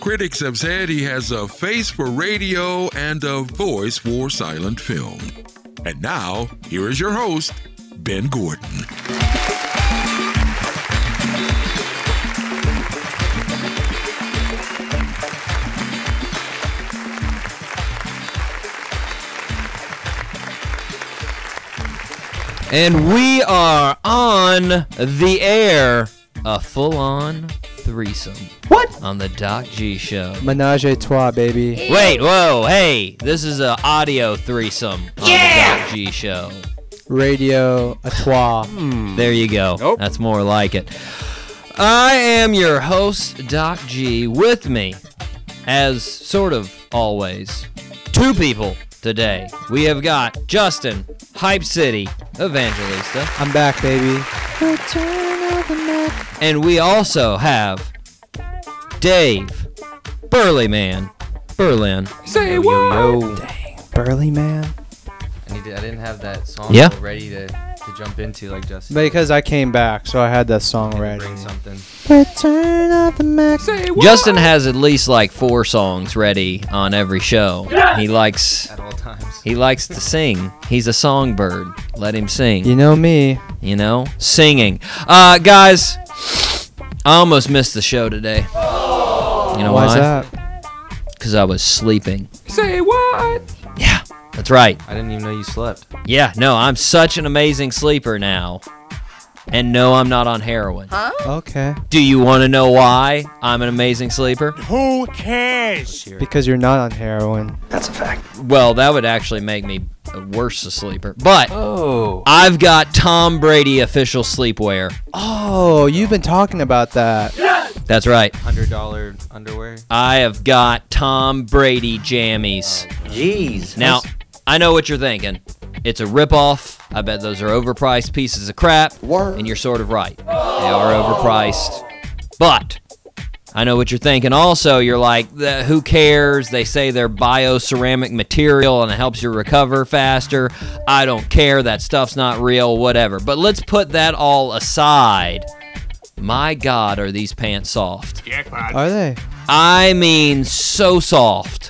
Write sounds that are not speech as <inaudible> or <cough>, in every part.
critics have said he has a face for radio and a voice for silent film. And now, here is your host, Ben Gordon. And we are on the air. A full on threesome What? on the Doc G Show. Menage a trois, baby. Wait, whoa, hey, this is a audio threesome on the Doc G Show. Radio a trois. There you go. Nope. That's more like it. I am your host, Doc G, with me, as sort of always, two people today. We have got Justin, Hype City, Evangelista, I'm back, baby. And we also have Dave, Burley Man, Berlin. Say what? Burly man. I, need to, I didn't have that song Yeah. ready to, to jump into like Justin. Because I came back, so I had that song Had to ready. Bring something. Return of the Mac. Justin has at least like four songs ready on every show. He likes at all times. he likes to sing. He's a songbird. Let him You sing. know me. You know, singing. Uh, guys, I almost missed the show today. You know Why's why? that? Because I was sleeping. Say what? Yeah, that's right. I didn't even know you slept. Yeah, no, I'm such an amazing sleeper now. And no, I'm not on heroin. Okay. Do you want to know why I'm an amazing sleeper? Who cares? Because you're not on heroin. Well, that would actually make me worse a sleeper. But Oh. I've got Tom Brady official sleepwear. Oh, you've been talking about that. That's right. $100 underwear. I have got Tom Brady jammies. Jeez. Now, I know what you're thinking. It's a ripoff. I bet those are overpriced pieces of crap. And you're sort of right. They are overpriced. But I know what you're thinking. Also, you're like, "The- who cares? They say they're bioceramic material and it helps you recover faster. I don't care. That stuff's not real, whatever. But let's put that all aside. My God, are these pants soft? Are they? I mean, so soft.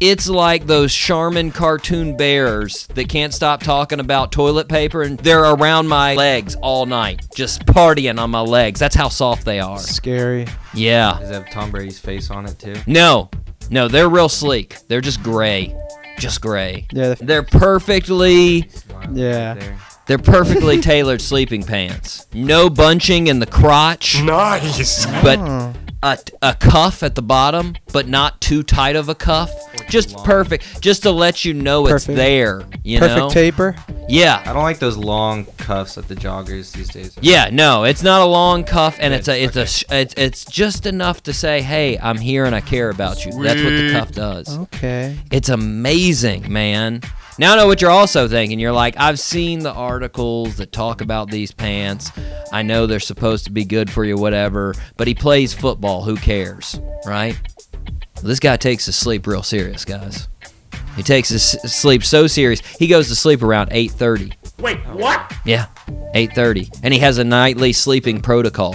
It's like those Charmin cartoon bears that can't stop talking about toilet paper and they're around my legs all night, just partying on my legs. That's how soft they are. Scary. Yeah. Does it have Tom Brady's face on it too? No, no, they're real sleek. They're just gray. Just gray. Yeah. The, They're perfectly Wow, Yeah. Right there. they're perfectly tailored sleeping pants. No bunching in the crotch, Nice. but oh, a, a cuff at the bottom, but not too tight of a cuff. Just long. perfect, just to let you know it's Perfect. there. You perfect know? taper. Yeah, I don't like those long cuffs that the joggers these days. yeah. No, it's not a long cuff, and it's a it's Good, a sh- it's, it's just enough to say, hey, I'm here and I care about you. That's what the cuff does. Oh. Okay. It's amazing, man. Now I know what you're also thinking. You're like, I've seen the articles that talk about these pants. I know they're supposed to be good for you, whatever, but he plays football. Who cares, right? This guy takes his sleep real serious, guys. He takes his s- sleep so serious. He goes to sleep around 8:30. Wait, what? Yeah, 8:30. And he has a nightly sleeping protocol.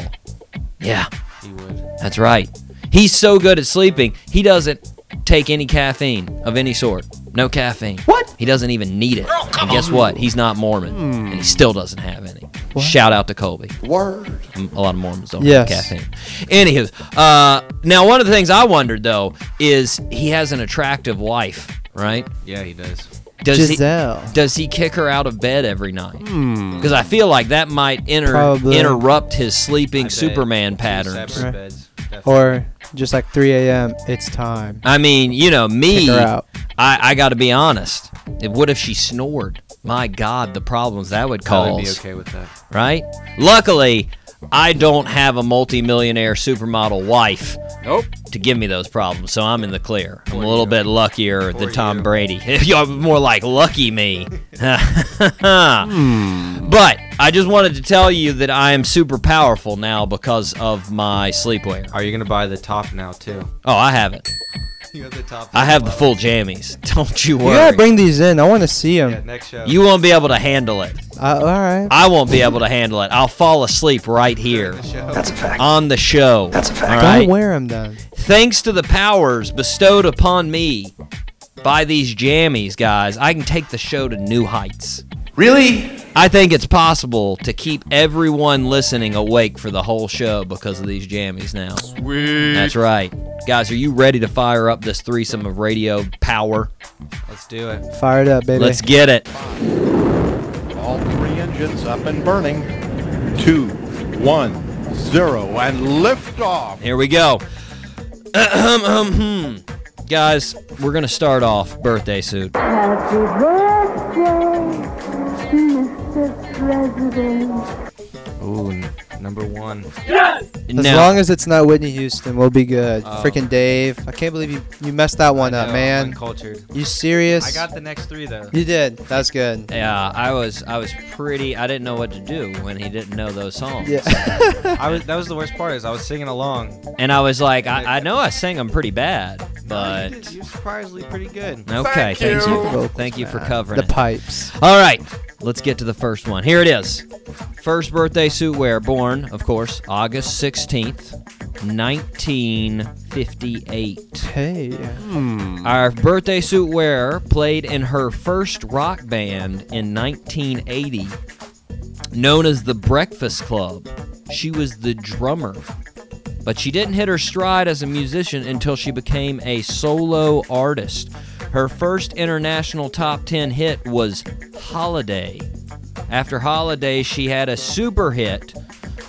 Yeah. You would. That's right. He's so good at sleeping, he doesn't take any caffeine of any sort. No caffeine. What? He doesn't even need it. and guess what? He's not Mormon, and Hmm. he still doesn't have any. Shout out to Colby. Word. A lot of Mormons don't Yes. have caffeine. Anywho, uh, now one of the things I wondered though is he has an attractive wife, right? Yeah, he does. Does Giselle. Hmm. he does he kick her out of bed every night? Because I feel like that might inter- Probably. interrupt his sleeping I bet. Superman Two patterns. separate Right. beds, definitely. Or just like 3 a.m. It's time. I mean, you know, me, Kick her out. I, I got to be honest. If- What if she snored? My God, the problems that would I cause, would be okay with that. right? Luckily, I don't have a multimillionaire supermodel wife Nope. to give me those problems, so I'm in the clear. I'm Poor a little you. bit luckier than Poor Tom you. Brady. <laughs> Y'all more like lucky me. <laughs> but I just wanted to tell you that I am super powerful now because of my sleepwear. Are you gonna buy the top now too? Oh, I have it. You have the top. I have the full jammies. <laughs> Don't you You worry. gotta bring these in. I want to see them. Yeah, next show. You won't be able to handle it. Uh, all right. I won't be able to handle it. I'll fall asleep right here That's a fact. on the show. That's a fact. All Don't right? wear them then. Thanks to the powers bestowed upon me by these jammies, guys, I can take the show to new heights. Really? I think it's possible to keep everyone listening awake for the whole show because of these jammies now. That's right. Guys, are you ready to fire up this threesome of radio power? Let's do it. Fire it up, baby. Let's get it. All three engines up and burning. Two, one, zero, and liftoff. Here we go. <clears throat> Ahem, ahem, hmm. Guys, we're going to start off birthday suit. Happy birthday, Mr. President. Ooh, n- number one. as Now- long as it's not Whitney Houston, we'll be good. Oh. Freaking Dave. I can't believe you, you messed that one up, No, man. Uncultured. You serious? I got the next three though. you did. That's good. Yeah, I was I was pretty I didn't know what to do when he didn't know those songs. Yeah. I was. That was the worst part is I was singing along. And I was like, I, I know I sang them pretty bad, but you did, you're surprisingly pretty good. okay, thank you. Vocals, Thank you for man. covering <laughs> the it. pipes. All right, let's get to the first one. Here it is. First birthday suit wear, born, of course, August 16th, 1958. Hey. Our birthday suit wearer played in her first rock band in 1980, known as the Breakfast Club. She was the drummer, but she didn't hit her stride as a musician until she became a solo artist. Her first international top 10 hit was Holiday. After Holiday, she had a super hit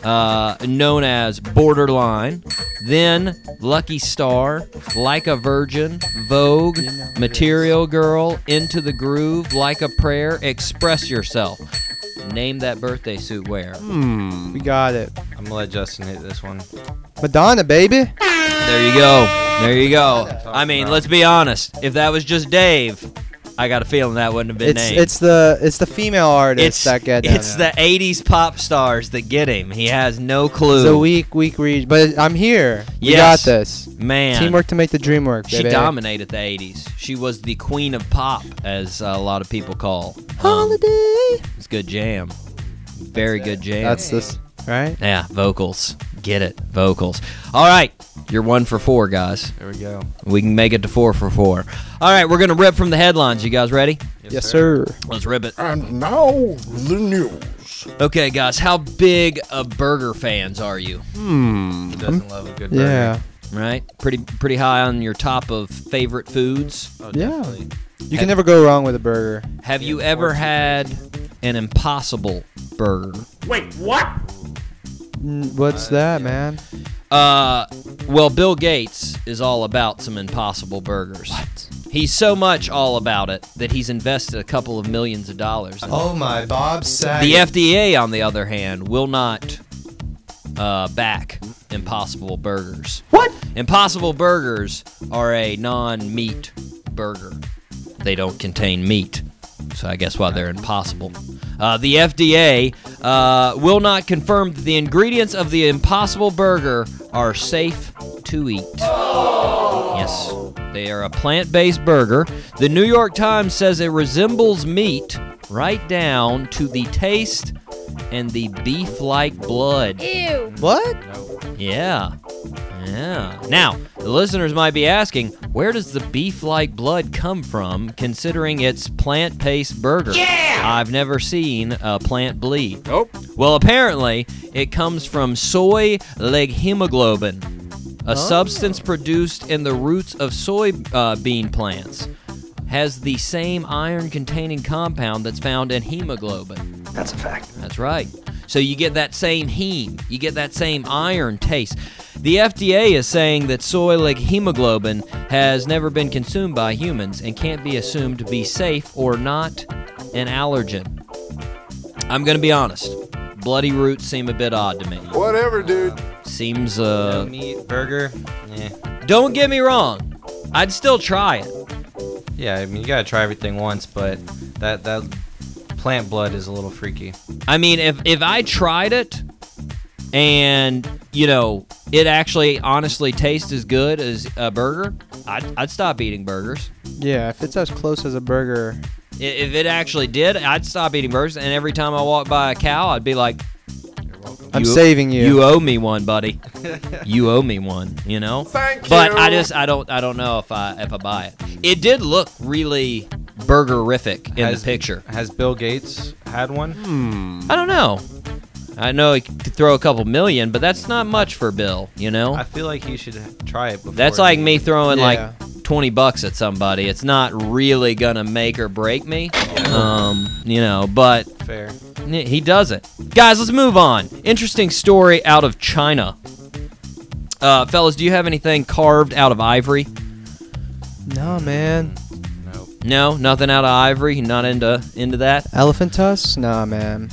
uh, known as Borderline, then Lucky Star, Like a Virgin, Vogue, Material Girl, Into the Groove, Like a Prayer, Express Yourself. Name that birthday suit wear. We got it. I'm gonna let Justin hit this one. Madonna, baby. There you go. There you go. I mean, let's be honest. If that was just Dave, I got a feeling that wouldn't have been It's named. it's the it's the female artist that get down it's there. the 80s pop stars that get him. He has no clue. It's a weak weak read, but I'm here. We Yes. got this. Man. Teamwork to make the dream work, She baby. dominated the 80s. She was the queen of pop, as uh, a lot of people call. Um, Holiday. it's good jam. Very good jam. That's this, right? yeah, vocals. Get it, vocals. All right, you're one for four, guys. There we go. We can make it to four for four. All right, we're gonna rip from the headlines. You guys ready? Yes, sir. Let's rip it. And now the news. Okay, guys, how big of burger fans are you? Who doesn't love a good burger? Yeah. Right, pretty pretty high on your top of favorite foods. Oh, Yeah. definitely. You can never go wrong with a burger. Have you ever had an impossible burger? Wait, what? Mm, What's that, man? Uh, well, Bill Gates is all about some impossible burgers. He's so much all about it that he's invested a couple of millions of dollars. Oh my, Bob Saget. The FDA, on the other hand, will not uh, back Impossible Burgers. What? Impossible Burgers are a non meat burger, they don't contain meat. So I guess why they're impossible. Uh, the FDA uh, will not confirm that the ingredients of the Impossible Burger are safe to eat. Yes, Oh. they are a plant based burger. The New York Times says it resembles meat right down to the taste and the beef like blood. What? Yeah. Yeah. Now, the listeners might be asking, where does the beef like blood come from considering it's plant based burger? Yeah! I've never seen a plant bleed. Nope. Well, apparently, it comes from soy leg hemoglobin, a Oh. substance produced in the roots of soy uh, bean plants. Has the same iron containing compound that's found in hemoglobin. That's a fact. That's right. So you get that same heme, you get that same iron taste. The FDA is saying that soy like hemoglobin has never been consumed by humans and can't be assumed to be safe or not an allergen. I'm going to be honest. Bloody roots seem a bit odd to me. Whatever, dude. Seems No uh meat burger. Yeah. Don't get me wrong. I'd still try it. Yeah. I mean, you gotta try everything once, but that that plant blood is a little freaky. I mean, if if I tried it and you know it actually honestly tastes as good as a burger, I'd, I'd stop eating burgers. Yeah, if it's as close as a burger I- If it actually did, I'd stop eating burgers. And every time I walk by a cow, I'd be like, I'm saving you. You uh, owe me one, <laughs> buddy. you owe me one. You know. Thank but I just I don't I don't know if I if I buy it. It did look really burgerific in Has- the picture. Has Bill Gates had one? I don't know. I know he could throw a couple million, but that's not much for Bill. You know. I feel like he should try it before. That's like me throwing Yeah. like 20 bucks at somebody. It's not really going to make or break me. Um, you know, but Fair. n- he does it. Guys, let's move on. Interesting story out of China. Uh, fellas, do you have anything carved out of ivory? No, man. No. No, nothing out of ivory. Not into into that. Elephant tusks? Nah, man.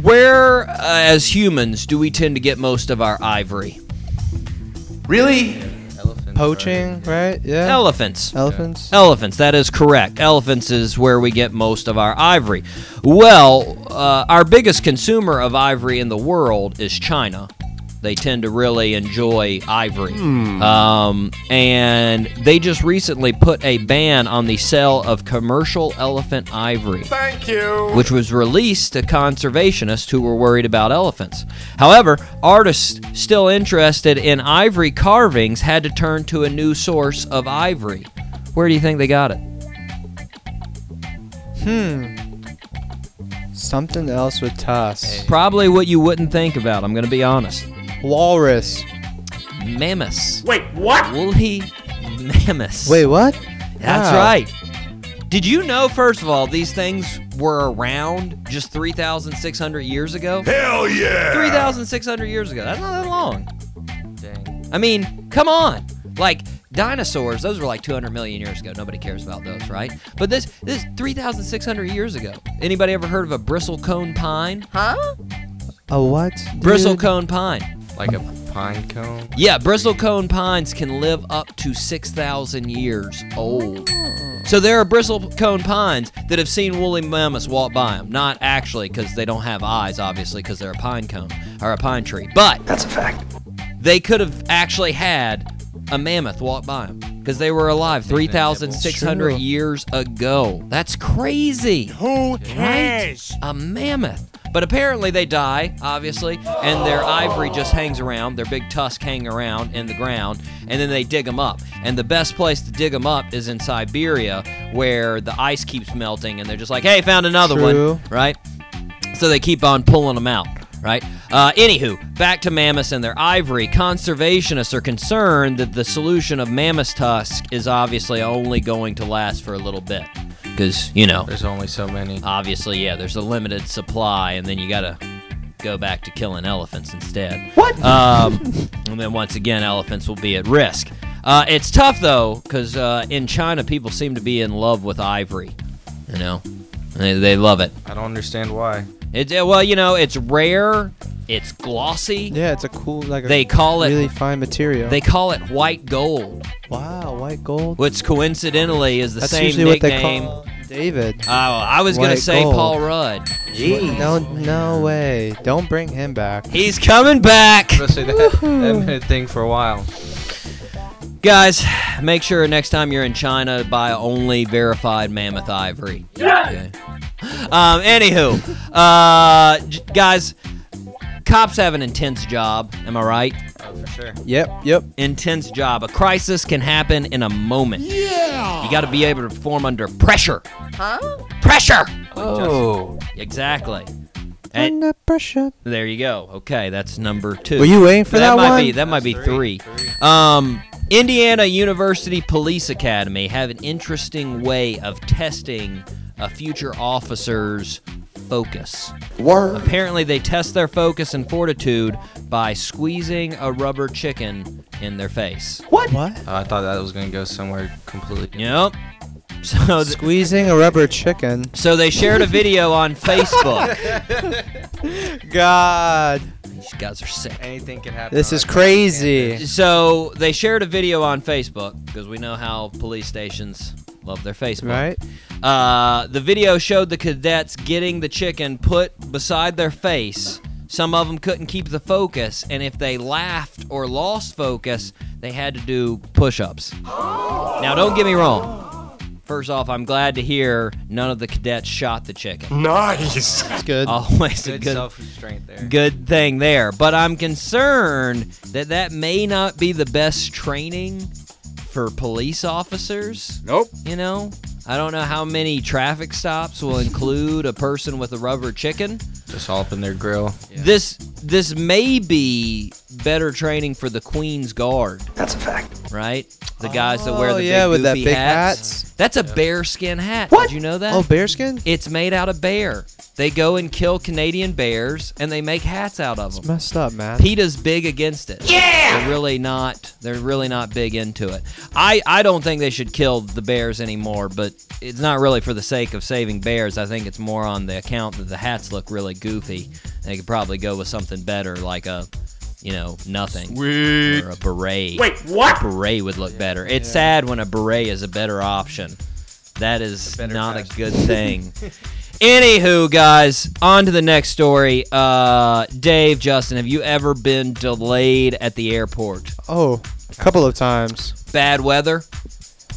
Where, uh, as humans, do we tend to get most of our ivory? Really? Elephant. Poaching, right? Yeah. Elephants. Elephants? Elephants, that is correct. Elephants is where we get most of our ivory. Well, uh, our biggest consumer of ivory in the world is China. They tend to really enjoy ivory. Um, and they just recently put a ban on the sale of commercial elephant ivory which was released to conservationists who were worried about elephants. However, artists still interested in ivory carvings had to turn to a new source of ivory. Where do you think they got it? Something else with tusks. Probably what you wouldn't think about, I'm going to be honest. Walrus. Mammoths. Wait, what? Woolly mammoths. Wait, what? That's Wow. right. Did you know, first of all, these things were around just 3,600 years ago? Hell yeah! 3,600 years ago. That's not that long. Dang. I mean, come on. Like dinosaurs, those were like 200 million years ago. Nobody cares about those, right? But this this is 3,600 years ago. Anybody ever heard of a bristlecone pine? A what? dude? Bristlecone pine. Like a pine cone. Yeah, bristlecone pines can live up to 6,000 years old. So there are bristlecone pines that have seen woolly mammoths walk by them. Not actually, because they don't have eyes, obviously, because they're a pine cone or a pine tree. But That's a fact. they could have actually had a mammoth walk by them because they were alive 3,600 Sure. years ago. That's crazy. Who cares? A mammoth. But apparently they die, obviously, and their ivory just hangs around, their big tusk hang around in the ground, and then they dig them up. And the best place to dig them up is in Siberia, where the ice keeps melting, and they're just like, hey, found another True. one, right? So they keep on pulling them out, right? Uh, anywho, back to mammoths and their ivory. Conservationists are concerned that the solution of mammoth tusk is obviously only going to last for a little bit. Because, you know, There's only so many. obviously, yeah, there's a limited supply, and then you gotta go back to killing elephants instead. What? Um, and then once again, elephants will be at risk. Uh, it's tough though, because uh, in China, people seem to be in love with ivory. You know, they, they love it. I don't understand why. <laughs> It's uh, well, you know, it's rare. It's glossy. Yeah, it's a cool, like a They call it. really fine material. They call it white gold, wow, white gold. which coincidentally is the That's same usually nickname. what they call David. Oh, I was gonna White say gold. Paul Rudd. No, no way. Don't bring him back. He's coming back. Especially that, that been a thing for a while. Guys, make sure next time you're in China, buy only verified mammoth ivory. Okay. Um, anywho, uh, j- guys, cops have an intense job. Am I right? Oh, for sure. Yep, yep. Intense job. A crisis can happen in a moment. Yeah. You got to be able to perform under pressure. Huh? Pressure. Oh. Exactly. And Under pressure. there you go. Okay, that's number two. Were you waiting for that, might one? be that might be three. three, Um, Indiana University Police Academy have an interesting way of testing a future officer's focus. Word. Apparently, they test their focus and fortitude by squeezing a rubber chicken in their face. what? Uh, I thought that was gonna go somewhere completely. different. Yep. <laughs> So, th- Squeezing a rubber chicken. so they shared a video on <laughs> Facebook. God, These guys are sick. Anything can happen. this on is that crazy. So they shared a video on Facebook because we know how police stations love their Facebook. Right? Uh, the video showed the cadets getting the chicken put beside their face. Some of them couldn't keep the focus, and if they laughed or lost focus, they had to do push ups. Now, don't get me wrong. First off, I'm glad to hear none of the cadets shot the chicken. Mm. Nice. It's good. Always a Good, good self-restraint there. good thing there. But I'm concerned that that may not be the best training for police officers. Nope. You know, I don't know how many traffic stops will include a person with a rubber chicken. Just all up in their grill. This this may be better training for the Queen's Guard. That's a fact, right? The guys that wear Oh, the yeah, big with that goofy big hats. hats. That's a bearskin hat. What? Did you know that? Oh, bearskin? It's made out of bear. They go and kill Canadian bears, and they make hats out of them. Messed up, man. PETA's big against it. Yeah. They're really not. They're really not big into it. I I don't think they should kill the bears anymore, but it's not really for the sake of saving bears. I think it's more on the account that the hats look really goofy. They could probably go with something better, like a, you know, nothing or a beret. Wait, what? beret would look better. It's sad when a beret is a better option. That is better not a fashion. good thing. Anywho, guys, on to the next story. Uh, Dave, Justin, have you ever been delayed at the airport? Oh, a couple of times. Bad weather,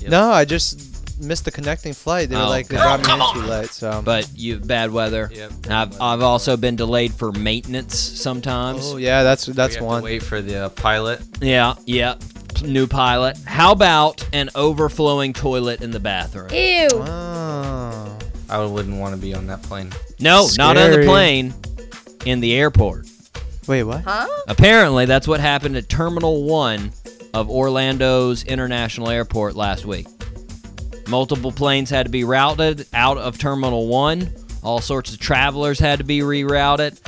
No, I just missed the connecting flight. They were Oh, like, they okay. brought me in too late, so. but you bad weather. Yep. I've, I've also been delayed for maintenance sometimes. Oh, yeah, that's We that's have to one. wait for the uh, pilot. yeah, yeah. New pilot. How about an overflowing toilet in the bathroom? Ew. Oh. I wouldn't want to be on that plane. No, not on the Scary. plane, in the airport. Wait, what? Huh? Apparently, that's what happened at Terminal 1 of Orlando's International Airport last week. Multiple planes had to be routed out of Terminal 1. All sorts of travelers had to be rerouted.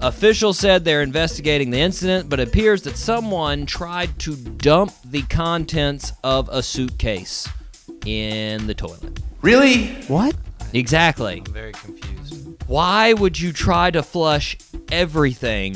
Officials said they're investigating the incident, but it appears that someone tried to dump the contents of a suitcase in the toilet. Really? What? Exactly. I'm very confused. Why would you try to flush everything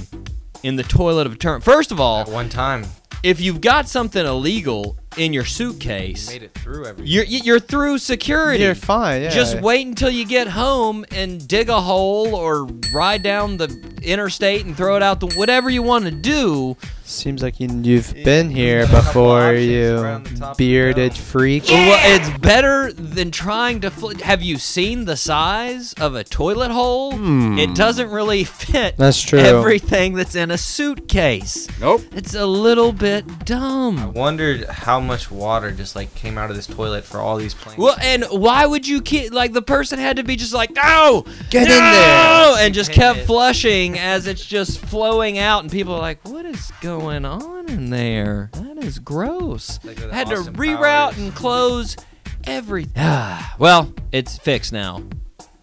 in the toilet of a term? First of all, At one time, if you've got something illegal in your we suitcase, made it through everything. you're you're through security. You're fine, yeah. Just wait until you get home and dig a hole or ride down the interstate and throw it out the whatever you want to do. Seems like you, you've been here before, options you around the top of the bearded dome. freak. Well, it's better than trying to. Fl- Have you seen the size of a toilet hole? It doesn't really fit. Hmm. That's true. Everything that's in a suitcase. Nope. It's a little bit dumb. wondered how much water just like came out of this toilet for all these planes. Well, and why would you keep like the person had to be just like no, Get no! in there. and just Get kept it. flushing as it's just flowing out, and people are like, what is going on in there? That is gross. Like with had to Austin reroute Powers. and close everything. <sighs> well, it's fixed now.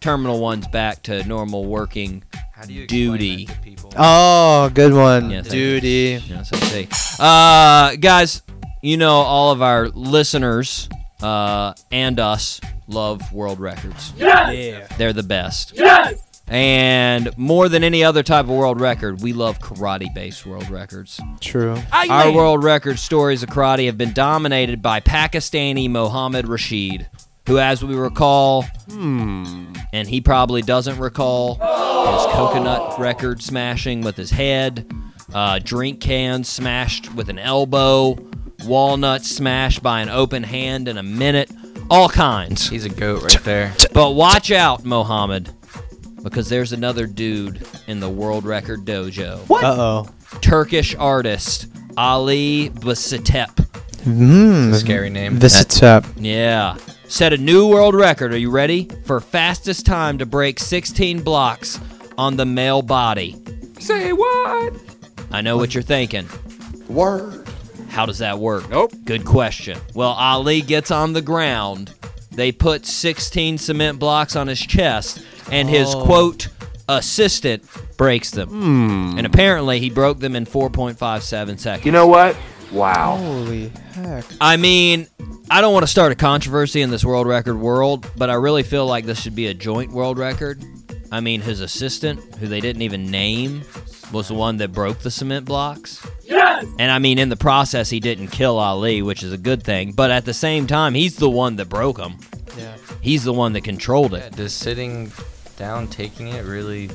Terminal one's back to normal working. How do you explain duty. that to people? Oh, good one. Yeah, thank you. Duty. You know, so to say. Uh, guys, you know all of our listeners uh, and us love world records. Yeah. They're the best. Yes! And more than any other type of world record, we love karate based world records. True. Our world record stories of karate have been dominated by Pakistani Mohammed Rashid, who, as we recall, Hmm. and he probably doesn't recall, his coconut record smashing with his head, uh, drink cans smashed with an elbow, walnuts smashed by an open hand in a minute, all kinds. He's a goat right there. But watch out, Mohammed, because there's another dude in the world record dojo. Uh oh. Turkish artist Ali Basitep. It's a scary name. Visit up. Yeah. Set a new world record. Are you ready? For fastest time to break 16 blocks on the male body. Say what? I know what you're thinking. Word. How does that work? Nope. Good question. Well, Ali gets on the ground. They put 16 cement blocks on his chest, and his quote assistant breaks them. And apparently, he broke them in 4.57 seconds. You know what? Wow. Holy heck. I mean, I don't want to start a controversy in this world record world, but I really feel like this should be a joint world record. I mean, his assistant, who they didn't even name, was the one that broke the cement blocks. Yes! And I mean, in the process, he didn't kill Ali, which is a good thing, but at the same time, he's the one that broke him. Yeah. He's the one that controlled Yeah, it. Does sitting down taking it really?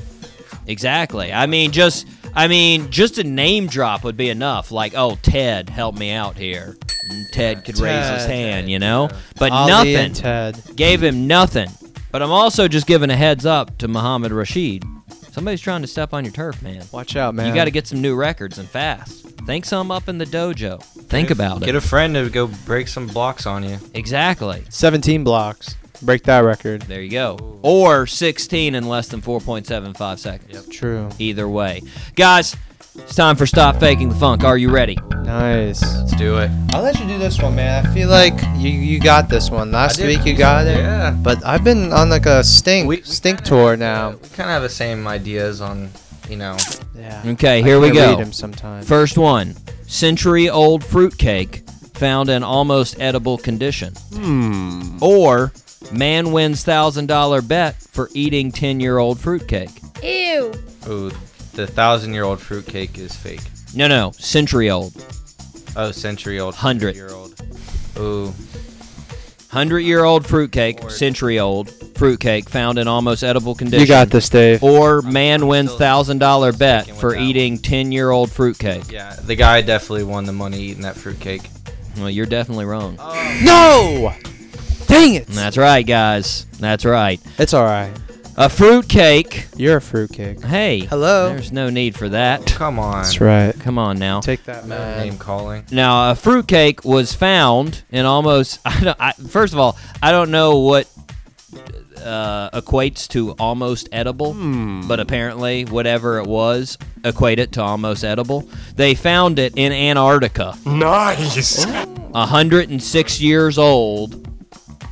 Exactly. I mean, just. I mean, just a name drop would be enough. Like, oh, Ted, help me out here. and Ted could raise his Ted, hand, you know? But Ollie nothing. and Ted. Gave him nothing. But I'm also just giving a heads up to Muhammad Rashid. Somebody's trying to step on your turf, man. Watch out, man. You got to get some new records and fast. Think some up in the dojo. Think about Get it. a friend to go break some blocks on you. exactly. 17 blocks. Break that record. There you go. Or 16 in less than 4.75 seconds. True. Either way. Guys, it's time for Stop Faking the Funk. Are you ready? Nice. Let's do it. I'll let you do this one, man. I feel like you, you got this one. Last did week you pretty got good, it. yeah. But I've been on like a stink stink kinda tour have, now. uh, we kind of have the same ideas on, you know. Yeah. Okay, here we go. Read him sometime. First one century old fruitcake found in almost edible condition. Hmm. Or man wins $1,000 bet for eating 10 year old fruitcake. Ew. Ooh, the thousand-year-old fruitcake is fake. No, no, century old. Oh, century-old. Hundred. Year-old. Ooh, 100 year old fruitcake, century old fruitcake found in almost edible condition. you got this, Dave. Or man wins still $1,000 bet sticking with for that eating 10 year old fruitcake. yeah. The guy definitely won the money eating that fruitcake. Well, you're definitely wrong. No! Dang it! That's right, guys. That's right. It's all right. A fruitcake. You're a fruitcake. Hey. Hello. There's no need for that. Come on. That's right. Come on now. Take that, man. Name calling. Now, a fruitcake was found in almost. <laughs> I don't, I, first of all, I don't know what uh, equates to almost edible, but apparently, whatever it was, equate it to almost edible. They found it in Antarctica, Nice. 106 years old.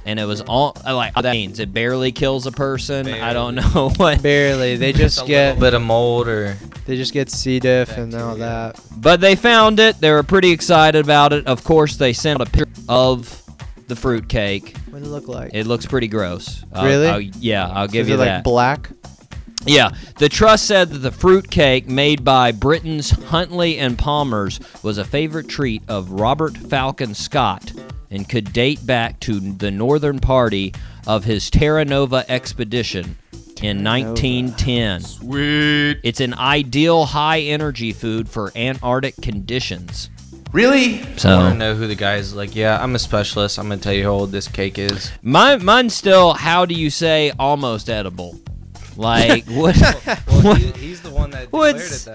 And it was all like that means it barely kills a person. I don't <laughs> know what Barely. They just a get little bit of mold or they just get C diff and all that. But they found it. They were pretty excited about it. Of course, they sent a picture of the fruitcake. What did it look like? It looks pretty gross. Uh, Really? I'll- yeah, I'll give Is you it like that. black? yeah, the trust said that the fruitcake made by Britain's Huntley and Palmers was a favorite treat of Robert Falcon Scott and could date back to the northern party of his Terra Nova expedition in 1910. Sweet. It's an ideal high energy food for Antarctic conditions. Really? I want So to know who the guy is. Like, yeah, I'm a specialist. I'm gonna tell you how old this cake is. mine, mine's still. How do you say almost edible? Like <laughs> what? what- he's the <laughs> one that what's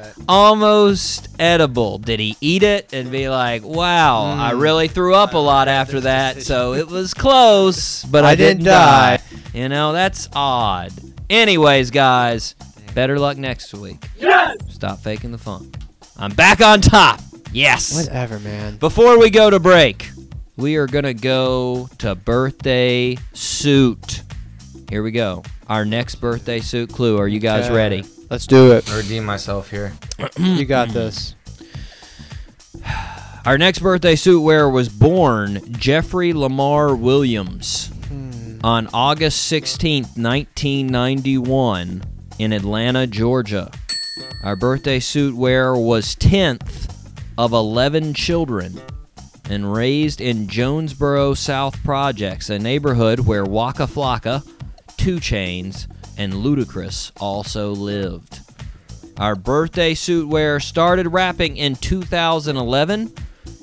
almost edible? Did he eat it and be like, "Wow, I Mm. really threw up a lot after <laughs> that, so it was close, but I, I didn't You know, that's odd. Anyways, guys, better luck next week. Yes. Stop faking the funk. I'm back on top. Yes. Whatever, man. Before we go to break, we are going to go to birthday suit. Here we go. Our next birthday suit clue. Are you guys Okay. ready? Let's do it. Redeem myself here. you got this. Our next birthday suit wearer was born Jeffrey Lamar Williams on August 16th, 1991 in Atlanta, Georgia. Our birthday suit wearer was 10th of 11 children and raised in Jonesboro South Projects, a neighborhood where Waka Flocka, Two Chains, and Ludacris also lived. Our birthday suit wearer started rapping in 2011,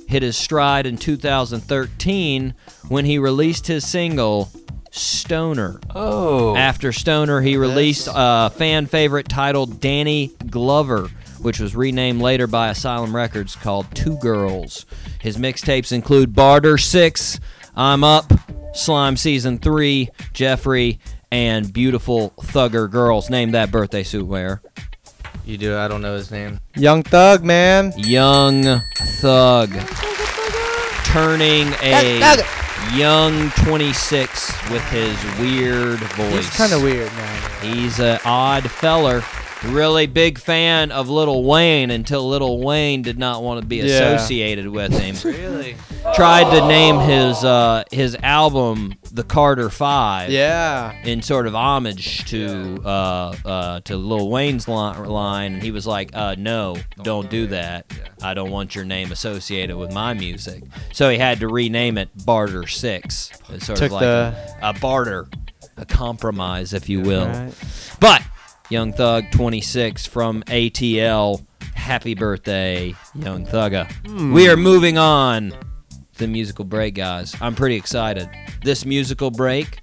hit his stride in 2013 when he released his single Stoner. Oh. After Stoner, he released a fan favorite titled Danny Glover, which was renamed later by Asylum Records called Two Girls. His mixtapes include Barter 6, I'm Up, Slime Season 3, Jeffrey, and Beautiful Thugger Girls. Name that birthday suit wearer. You do. I don't know his name. Young Thug, man. Young Thug. Turning a young 26 with his weird voice. He's kind of weird, man. He's an odd feller. Really big fan of Little Wayne until Little Wayne did not want to be Yeah. associated with him. Really? Tried to name his uh, his album the Carter Five Yeah. in sort of homage to uh, uh, to Lil Wayne's li- line, and he was like, uh, "No, don't, do that. I don't want your name associated with my music." So he had to rename it Barter Six. It's sort Took of like the- a, a barter, a compromise, if you will. Alright. But Young Thug 26 from Hmm. ATL. Happy birthday, Young Thugga. We are moving on the musical break guys. I'm pretty excited. This musical break,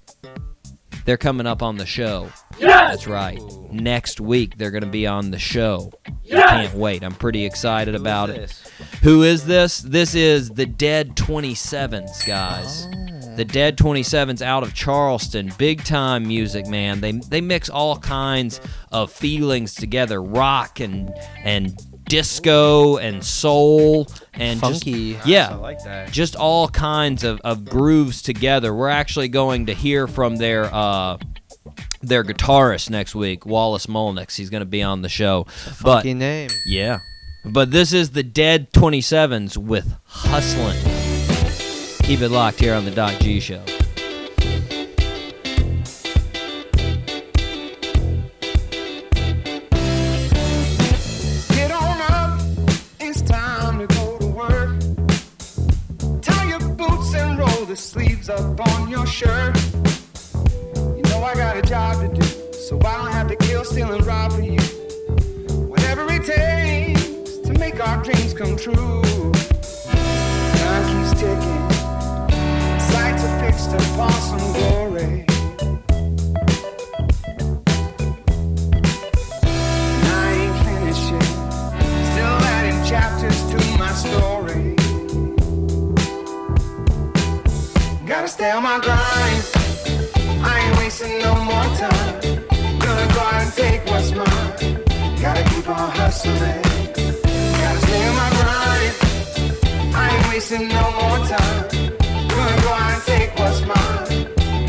they're coming up on the show. That's right. Next week they're going to be on the show. Can't wait. I'm pretty excited about it. this? Who is this? This is the Dead 27s, guys. The Dead 27s out of Charleston, big time music, man. They they mix all kinds of feelings together, rock and and disco and soul and just- Funky. yeah, I like that. just all kinds of, of grooves together. We're actually going to hear from their uh, their guitarist next week, Wallace Molnix. He's going to be on the show. But Funky name. yeah, but this is the Dead 27s with Hustlin'. Keep it locked here on the Doc G Show. Get on up, it's time to go to work. Tie your boots and roll the sleeves up on your shirt. You know I got a job to do, so I don't have to kill, steal, and rob for you. Whatever it takes to make our dreams come true. Time keeps ticking, sights are fixed upon some glory. I ain't finished yet. Still adding chapters to my story. Gotta stay on my grind. I ain't wasting no more time. Gonna go out and take what's mine. Gotta keep on hustling. Gotta stay on my grind. I ain't wasting no more time. Gonna go out and take what's mine.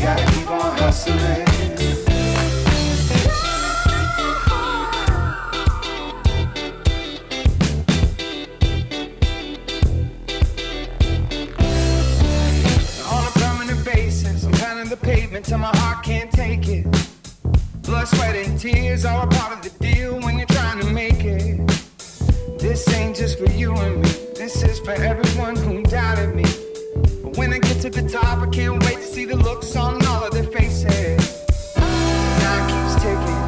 Gotta keep on hustling. on a permanent basis. I'm pounding the pavement till my heart can't take it. Blood, sweat, and tears are a part of the deal when you're trying to make it. This ain't just for you and me. This is for everyone who doubted me. But when I get to the top, I can't wait to see the looks on all of their faces. Time keeps ticking.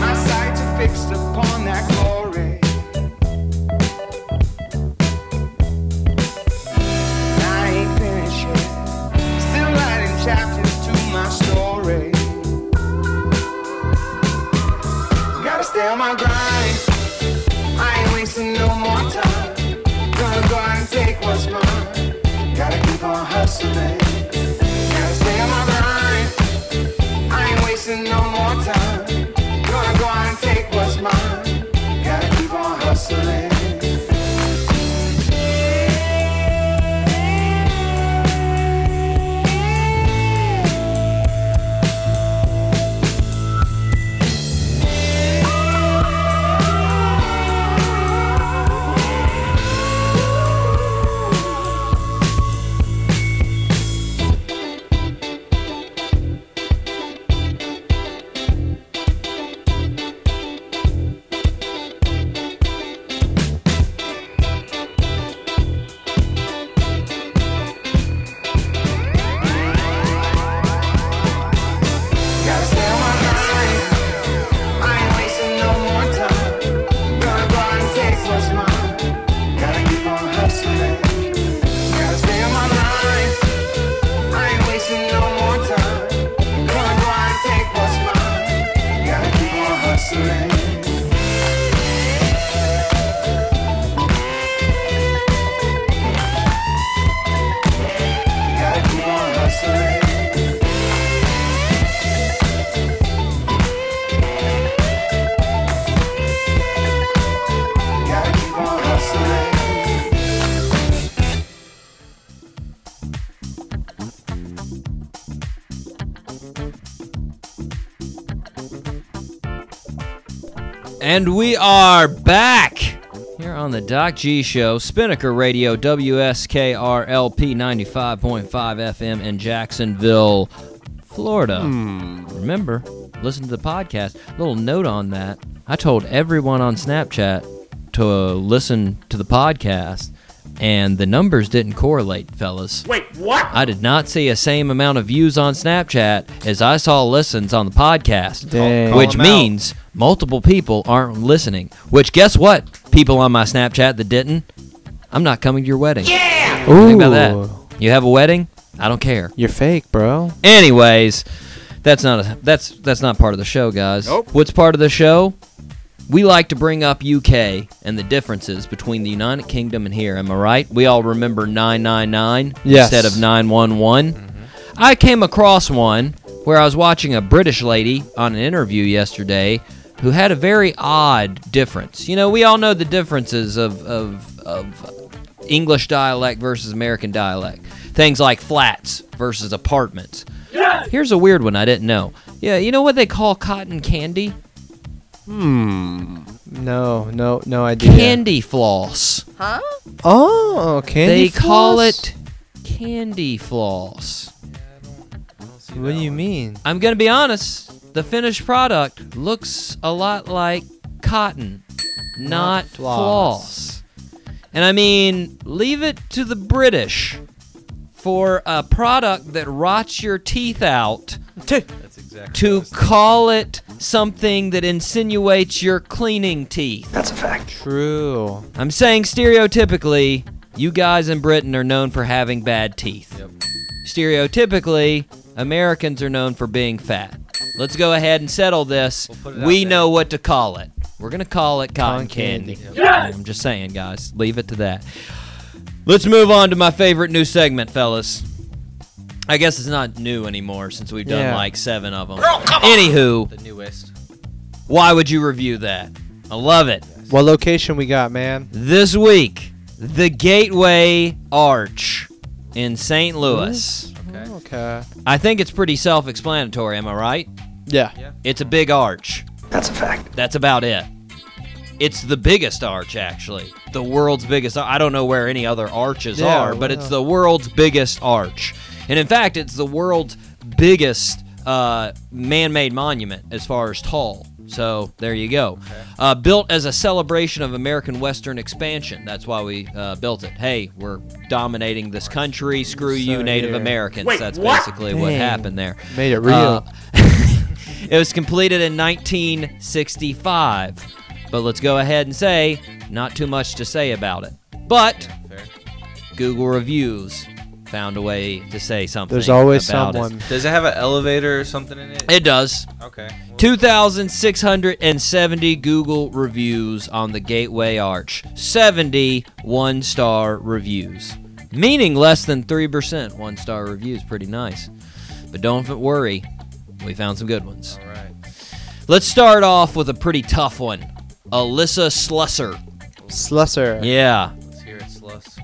My sights are fixed upon that glory. I ain't finished yet. Still writing chapters to my story. Gotta stay on my grind. I ain't wasting no more time. Gonna go out and take what's mine. Gotta keep on hustling. Gotta stay on my grind. I ain't wasting no more time. Gonna go out and take what's mine. Gotta keep on hustling. Gotta stay on my grind. I ain't wasting no more time. Gonna go out and take what's mine. Gotta keep on hustling. Gotta stay on my grind. I ain't wasting no more time. Gonna go out and take what's mine. Gotta keep on hustling. Gotta keep on hustling. Gotta keep on hustling. And we are back here on the Doc G Show, Spinnaker Radio, WSKRLP 95.5 FM in Jacksonville, Florida. Hmm. Remember, listen to the podcast. Little note on that. I told everyone on Snapchat to uh, listen to the podcast, and the numbers didn't correlate, fellas. Wait, what? I did not see a same amount of views on Snapchat as I saw listens on the podcast, Dang. Call which 'em out. means multiple people aren't listening. Which guess what? People on my Snapchat that didn't, I'm not coming to your wedding. Yeah! What do you think about Ooh. that? You have a wedding? I don't care. You're fake, bro. Anyways, that's not a, that's that's not part of the show, guys. Nope. What's part of the show? We like to bring up UK and the differences between the United Kingdom and here. Am I right? We all remember 999 Yes. instead of 911. I came across one where I was watching a British lady on an interview yesterday who had a very odd difference. You know, we all know the differences of, of, of English dialect versus American dialect. Things like flats versus apartments. Here's a weird one I didn't know. Yeah, you know what they call cotton candy? No, no, no idea. Candy floss. oh, candy. they call floss? it candy floss. What do you mean? I'm going to be honest, the finished product looks a lot like cotton, not, floss. floss. And I mean, leave it to the British for a product that rots your teeth out That's exactly. to call it something that insinuates you're cleaning teeth. True. I'm saying stereotypically, you guys in Britain are known for having bad teeth. Yep. Stereotypically, Americans are known for being fat. Let's go ahead and settle this. We'll put it out we there. know what to call it. We're going to call it cotton Cotton candy. candy. I'm just saying, guys. Leave it to that. Let's move on to my favorite new segment, fellas. I guess it's not new anymore since we've done Yeah. like seven of them. Anywho, The newest. why would you review that? I love it. What location we got, man? This week, the Gateway Arch in St. Louis. Okay. Okay. I think it's pretty self explanatory, am I right? Yeah. It's a big arch. That's a fact. That's about it. It's the biggest arch, actually. The world's biggest. ar- I don't know where any other arches Yeah, are, but it's well. the world's biggest arch. And in fact, it's the world's biggest uh, man made monument as far as tall. So there you go. Uh, built as a celebration of American Western expansion. That's why we uh, built it. Hey, we're dominating this country. Screw you, So Native here. Americans. Wait, That's what? basically what Dang. happened there. Made it Uh, real. <laughs> it was completed in 1965. But let's go ahead and say, not too much to say about it. But Fair. Google reviews found a way to say something. There's always about it. someone. Does it have an elevator or something in it? It does. okay. well, 2,670 Google reviews on the Gateway Arch. 70 one star reviews. Meaning less than 3% one star reviews. Pretty nice. But don't worry, we found some good ones. all right. Let's start off with a pretty tough one. Alyssa Slusser. Slusser. Yeah. Let's hear it, Sluss.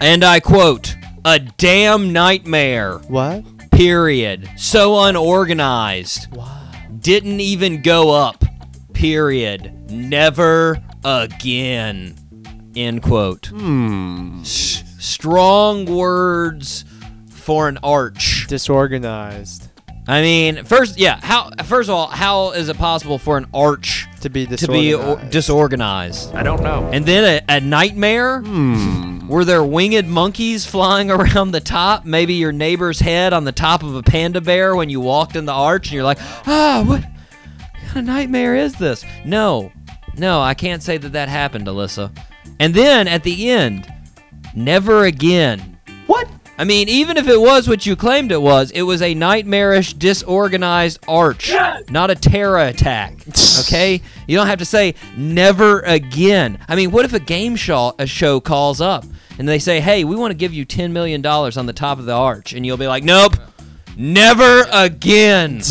And I quote, a damn nightmare, What? period. So unorganized. Wow. Didn't even go up, period. Never again, end quote. Hmm. S- strong words for an arch. Disorganized. I mean, first, yeah, how, first of all, how is it possible for an arch To be to be disorganized. o- disorganized. I don't know. Hmm. And then a, a nightmare? Were there winged monkeys flying <laughs> around the top? Maybe your neighbor's head on the top of a panda bear when you walked in the arch and you're like, ah, what kind of nightmare is this? No, no, I can't say that that happened, Alyssa. And then at the end, never again. What? I mean, even if it was what you claimed it was, it was a nightmarish, disorganized arch, not a terror attack. Okay? You don't have to say never again. I mean, what if a game show, a show calls up and they say, hey, we want to give you $10 million on the top of the arch? And you'll be like, nope, never <laughs> again.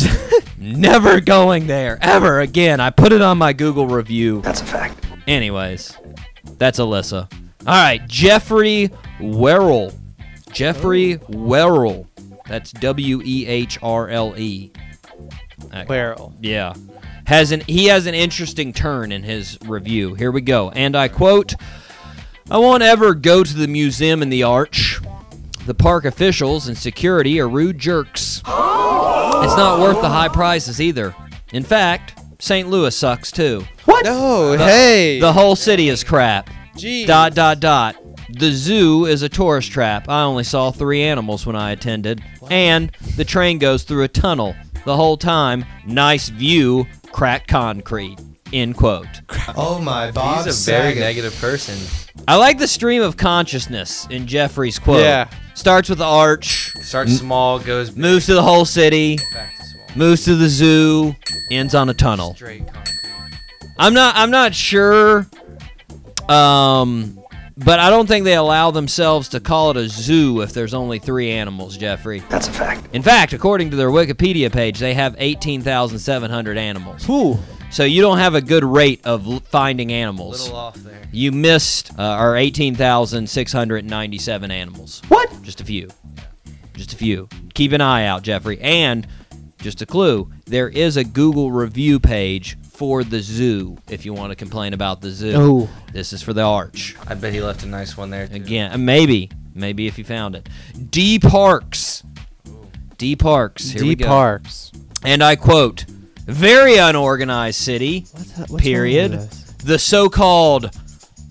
never going there, ever again. I put it on my Google review. That's a fact. Anyways, that's Alyssa. All right, Jeffrey Werrell. Jeffrey Werrell. That's W E H R L E. Barrel. Yeah. Has an he has an interesting turn in his review. Here we go. And I quote I won't ever go to the museum in the arch. The park officials and security are rude jerks. It's not worth the high prices either. In fact, St. Louis sucks too. No, hey. The whole city is crap. Jeez. Dot dot dot. The zoo is a tourist trap. I only saw three animals when I attended. And the train goes through a tunnel the whole time. Nice view, cracked concrete. End quote. Oh my, Bob He's a very Saget. negative person. I like the stream of consciousness in Jeffrey's quote. Yeah. Starts with the arch, Starts small, goes big, moves to the whole city, back to small. moves to the zoo, ends on a tunnel. Straight concrete. I'm not I'm not sure um but I don't think they allow themselves to call it a zoo if there's only 3 animals, Jeffrey. That's a fact. In fact, according to their Wikipedia page, they have 18,700 animals. Ooh. So you don't have a good rate of l- finding animals. Little off there. You missed uh, our 18,697 animals. What? Just a few. Just a few. Keep an eye out, Jeffrey. And just a clue there is a Google review page for the zoo if you want to complain about the zoo. Oh. This is for the arch. I bet he left a nice one there. Too. Again, uh, maybe. Maybe if you found it. D Parks. D Parks. Here we Deep go. harps. And I quote Very unorganized city Period. the so-called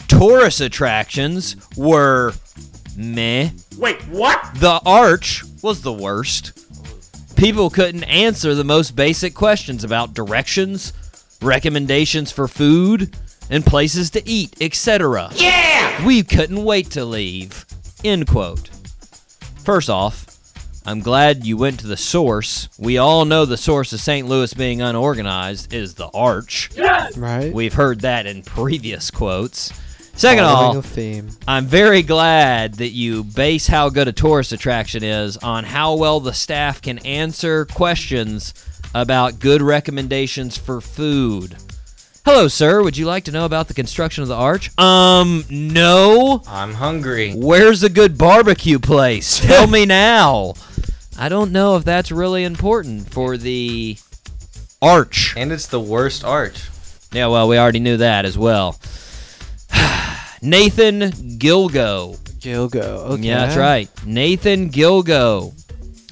tourist attractions were meh. Wait, what? The arch was the worst. People couldn't answer the most basic questions about directions, recommendations for food, and places to eat, etc. Yeah! We couldn't wait to leave. End quote. First off, I'm glad you went to the source. We all know the source of St. Louis being unorganized is the arch. Right. We've heard that in previous quotes. Second Following a off, theme. I'm very glad that you base how good a tourist attraction is on how well the staff can answer questions about good recommendations for food. Hello, sir. Would you like to know about the construction of the arch? Um, no. I'm hungry. Where's a good barbecue place? Tell me now. I don't know if that's really important for the arch. And it's the worst arch. Yeah, well, we already knew that as well. <sighs> Nathan Gilgo. Gilgo. Okay. Yeah, that's right. Nathan Gilgo.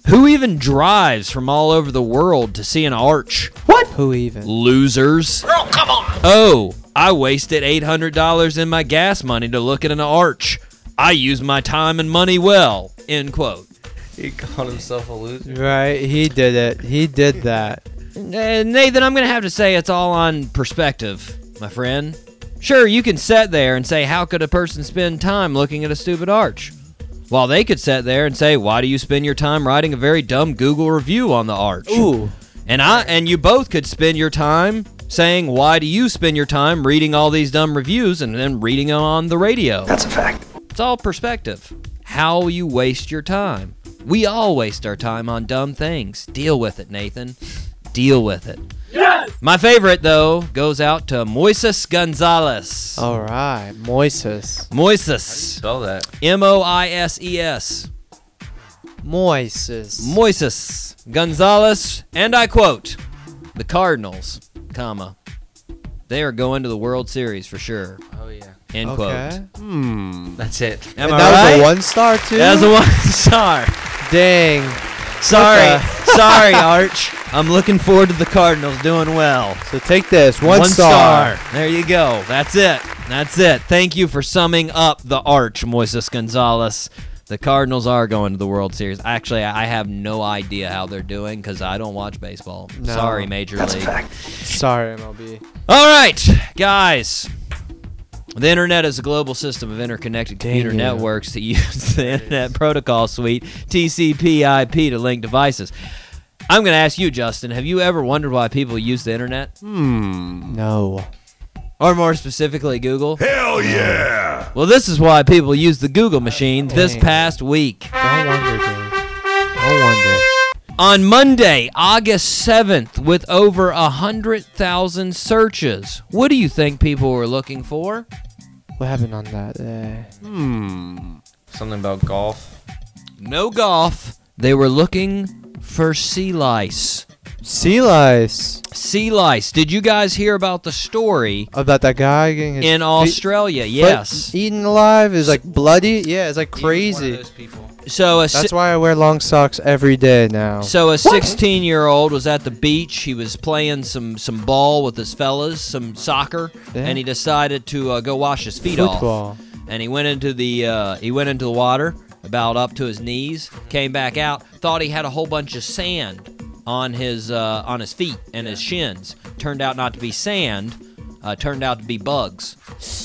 Who even drives from all over the world to see an arch? Who even? Losers. Girl, come on! Oh, I wasted $800 in my gas money to look at an arch. I use my time and money well. End quote. He called himself a loser. Right. He did it. He did that. Uh, Nathan, I'm going to have to say it's all on perspective, my friend. Sure, you can sit there and say, How could a person spend time looking at a stupid arch? While they could sit there and say, Why do you spend your time writing a very dumb Google review on the arch? Ooh. And I and you both could spend your time saying, Why do you spend your time reading all these dumb reviews and then reading them on the radio? That's a fact. It's all perspective. How you waste your time. We all waste our time on dumb things. Deal with it, Nathan. Deal with it. My favorite, though, goes out to Moises Gonzalez. All right. Moises. Moises. Spell that. M O I S E S. Moises. Moises Gonzalez, and I quote, the Cardinals, comma, they are going to the World Series for sure, Oh yeah. end Okay. quote. That's it. Am And I that was right? a one star too. That was a one <laughs> star. Dang. Sorry, sorry, Arch. I'm looking forward to the Cardinals doing well. So take this. One, There you go. That's it. That's it. Thank you for summing up the arch, Moises Gonzalez. The Cardinals are going to the World Series. Actually, I have no idea how they're doing because I don't watch baseball. No. Sorry, Major League. Sorry, MLB. All right, guys. The internet is a global system of interconnected computer it. networks that <laughs> use the Internet Protocol Suite (TCP/IP) to link devices. I'm going to ask you, Justin. Have you ever wondered why people use the internet? No. or more specifically Google. Hell yeah! Well, this is why people use the Google machine this Oh, Dang. past week. Don't wonder, dude. Don't wonder. On Monday, August 7th, with over 100,000 searches, what do you think people were looking for? What happened on that Uh, day? Something about golf. No golf. They were looking for sea lice. Sea lice. Sea lice. Did you guys hear about the story About that guy getting his in feet- Australia? foot Yes. eaten alive is like bloody. Yeah, it's like crazy. So a, That's why I wear long socks every day now. So a 16 year old was at the beach. He was playing some some ball with his fellas, some soccer, Yeah. and he decided to uh, go wash his feet off. Football. And he went into the uh, he went into the water about up to his knees. Came back out. Thought he had a whole bunch of sand on his uh, on his feet and his shins. Turned out not to be sand. uh, turned out to be bugs,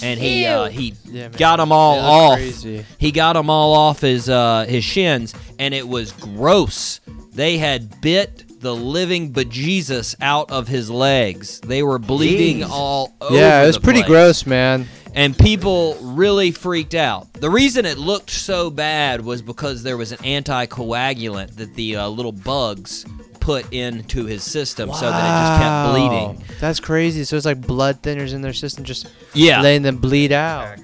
and he uh, he Yeah, man. got them all They look off. crazy. He got them all off his uh, his shins, and it was gross. They had bit the living bejesus out of his legs. They were bleeding Jeez. all over. yeah, it was the pretty place gross, man. and people really freaked out. The reason it looked so bad was because there was an anticoagulant that the uh, little bugs put into his system so that it just kept bleeding. Wow. That's crazy. So it's like blood thinners in their system, just Yeah. letting them bleed out.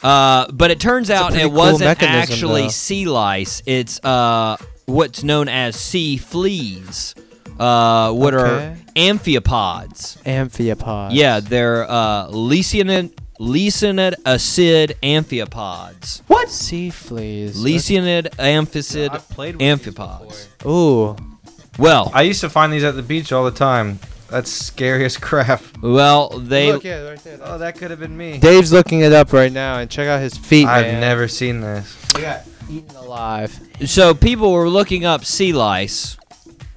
Uh, but it turns out pretty it cool wasn't mechanism, actually though. sea lice. It's uh, what's known as sea fleas, uh, what are Okay. amphiopods. Amphipods. Yeah, they're uh, leucinid, leucinid acid amphiopods. What? Sea fleas. Leucinid amphicid I've played with these amphipods. before. Ooh. Well, I used to find these at the beach all the time. That's scary as crap. well, they Look, yeah, right there. Oh, that could have been me. Dave's looking it up right now, and check out his feet, I've man. never seen this. eaten alive. so people were looking up sea lice,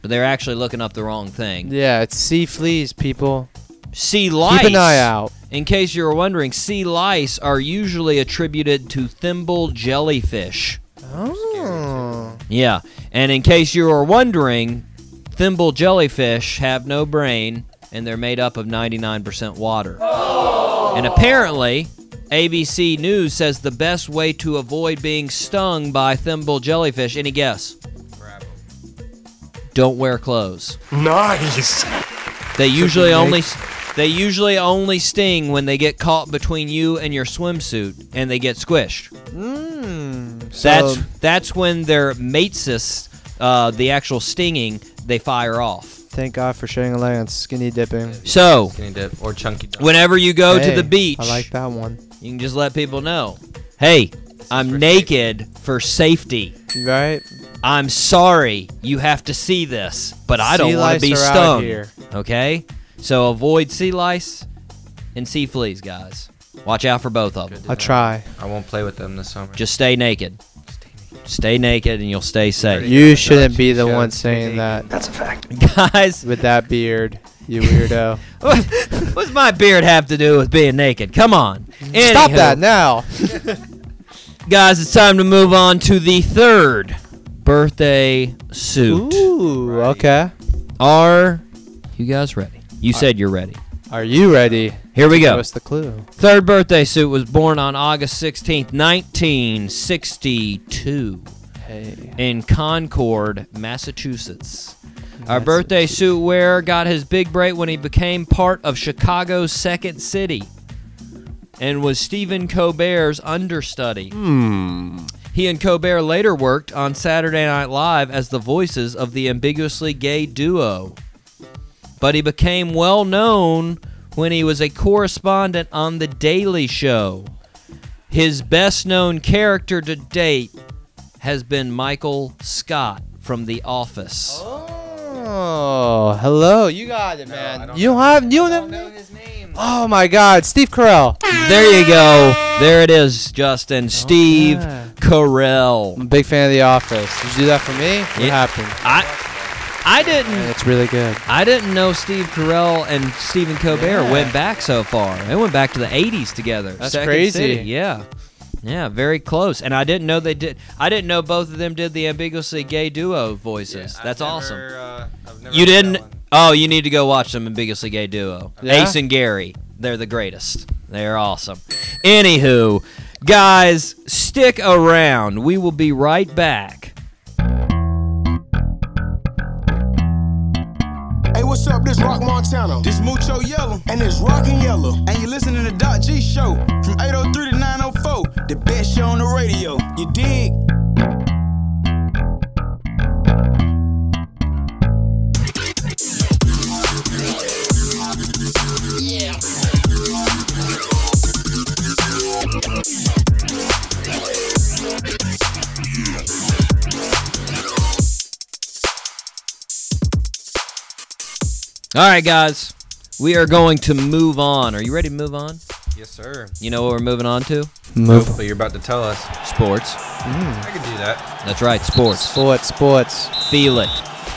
but they're actually looking up the wrong thing. Yeah, it's sea fleas, people. Sea lice. Keep an eye out. In case you were wondering, sea lice are usually attributed to thimble jellyfish. Oh. Yeah, and in case you were wondering, thimble jellyfish have no brain and they're made up of 99% water. And apparently, ABC News says the best way to avoid being stung by thimble jellyfish. Any guess? Don't wear clothes. Nice. They usually make- only they usually only sting when they get caught between you and your swimsuit and they get squished. Mm. That's So- that's when their matesis, uh, the actual stinging, they fire off. Thank God for shedding a light on skinny dipping. So Skinny dip or chunky dip. whenever you go Hey, to the beach, I like that one. you can just let people know, hey, I'm naked for safety. Right? I'm sorry you have to see this, but I don't Sea want lice to be are out stung. here. Okay, so avoid sea lice and sea fleas, guys. Watch out for both of them. I'll try. I won't play with them this summer. Just stay naked. Stay naked, and you'll stay safe, You shouldn't be the Shut one up, saying Jake. <laughs> that guys. with that beard, <laughs> you weirdo. What's my beard have to do with being naked? Come on. Stop Anywho, that now. Guys, it's time to move on to the third birthday suit. Ooh, okay. Are you guys ready? You said you're ready. Are you ready? Here we Give go. us the clue. Third birthday suit was born on August 16th, 1962 Hey. in Concord, Massachusetts. Our birthday suit wearer got his big break when he became part of Chicago's Second City and was Stephen Colbert's understudy. He and Colbert later worked on Saturday Night Live as the voices of the ambiguously gay duo. But he became well known when he was a correspondent on The Daily Show. His best known character to date has been Michael Scott from The Office. Oh, hello. You got it, man. you don't have. You don't, know his name. Oh my God, Steve Carell. There you go. There it is, Oh, Justin. Steve Okay. Carell. I'm a big fan of The Office. Did you do that for me? It Yeah. happened. I I didn't And it's really good. I didn't know Steve Carell and Stephen Colbert Yeah. went back so far. They went back to the '80s together. That's Second crazy. City, Yeah, yeah, very close. And I didn't know they did. I didn't know both of them did the ambiguously gay duo voices. That's awesome. uh, You didn't? Oh, you need to go watch them ambiguously gay duo. Yeah? Ace and Gary. They're the greatest. They're awesome. Anywho, guys, stick around. We will be right back. Hey, what's up? This Rock Montana. This Mucho Yellow. And this Rockin' Yellow. And you listening to Doc G Show from 803 to 904, the best show on the radio. You dig? All right, guys, we are going to move on. Are you ready to move on? Yes, sir. You know what we're moving on to? Move. But you're about to tell us. Sports. I can do that. That's right, sports. Sports, sports. Feel it.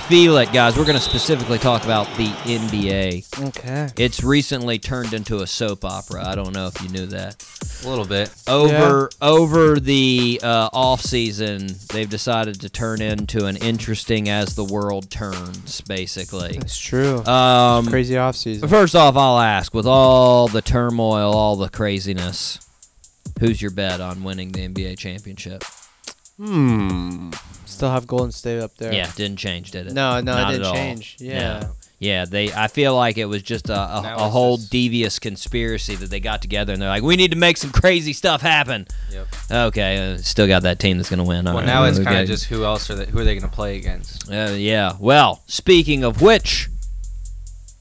feel it, guys. We're going to specifically talk about the NBA. Okay. It's recently turned into a soap opera. I don't know if you knew that. A little bit. Over over the uh, off season, they've decided to turn into an interesting as the world turns, basically. It's true. Um, Crazy offseason. First off, I'll ask with all the turmoil, all the craziness, who's your bet on winning the NBA championship? Hmm. Still have Golden State up there. Yeah, didn't change, did it? No, no, it Not didn't at all. change. Yeah. No. Yeah, they. I feel like it was just a, a, Now a it's whole just- devious conspiracy that they got together and they're like, we need to make some crazy stuff happen. Yep. Okay, uh, still got that team that's going to win. All Well, right, now it's okay. kind of just who else are they, who are they going to play against? Uh, yeah. Well, speaking of which,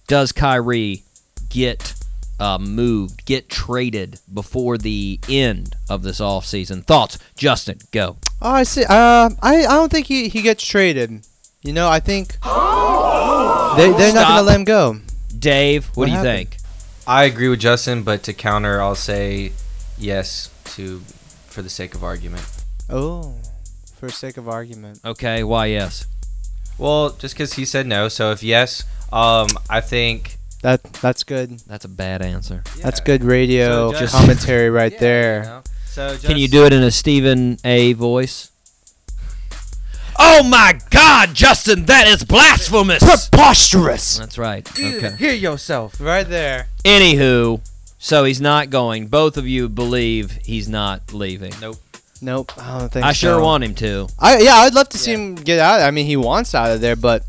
does Kyrie get uh, moved, get traded before the end of this offseason? Thoughts, Justin? Go. Oh, I see. Uh, I, I don't think he, he gets traded. You know, I think they, they're not going to Stop. let him go. Dave, what, What do you happened? think? I agree with Justin, but to counter, I'll say yes to for the sake of argument. Oh, for sake of argument. Okay, why yes? Well, just because he said no, so if yes, um, I think That That's good. That's a bad answer. That's Yeah. good radio So just- <laughs> commentary right Yeah, there. you know? So just, Can you do it in a Stephen A. voice? Oh my God, Justin, that is blasphemous. Preposterous! That's right. Okay. Hear yourself. Right there. Anywho, so he's not going. Both of you believe he's not leaving. Nope. Nope. I don't think I sure so. want him to. I yeah, I'd love to see Yeah. him get out. I mean, he wants out of there, but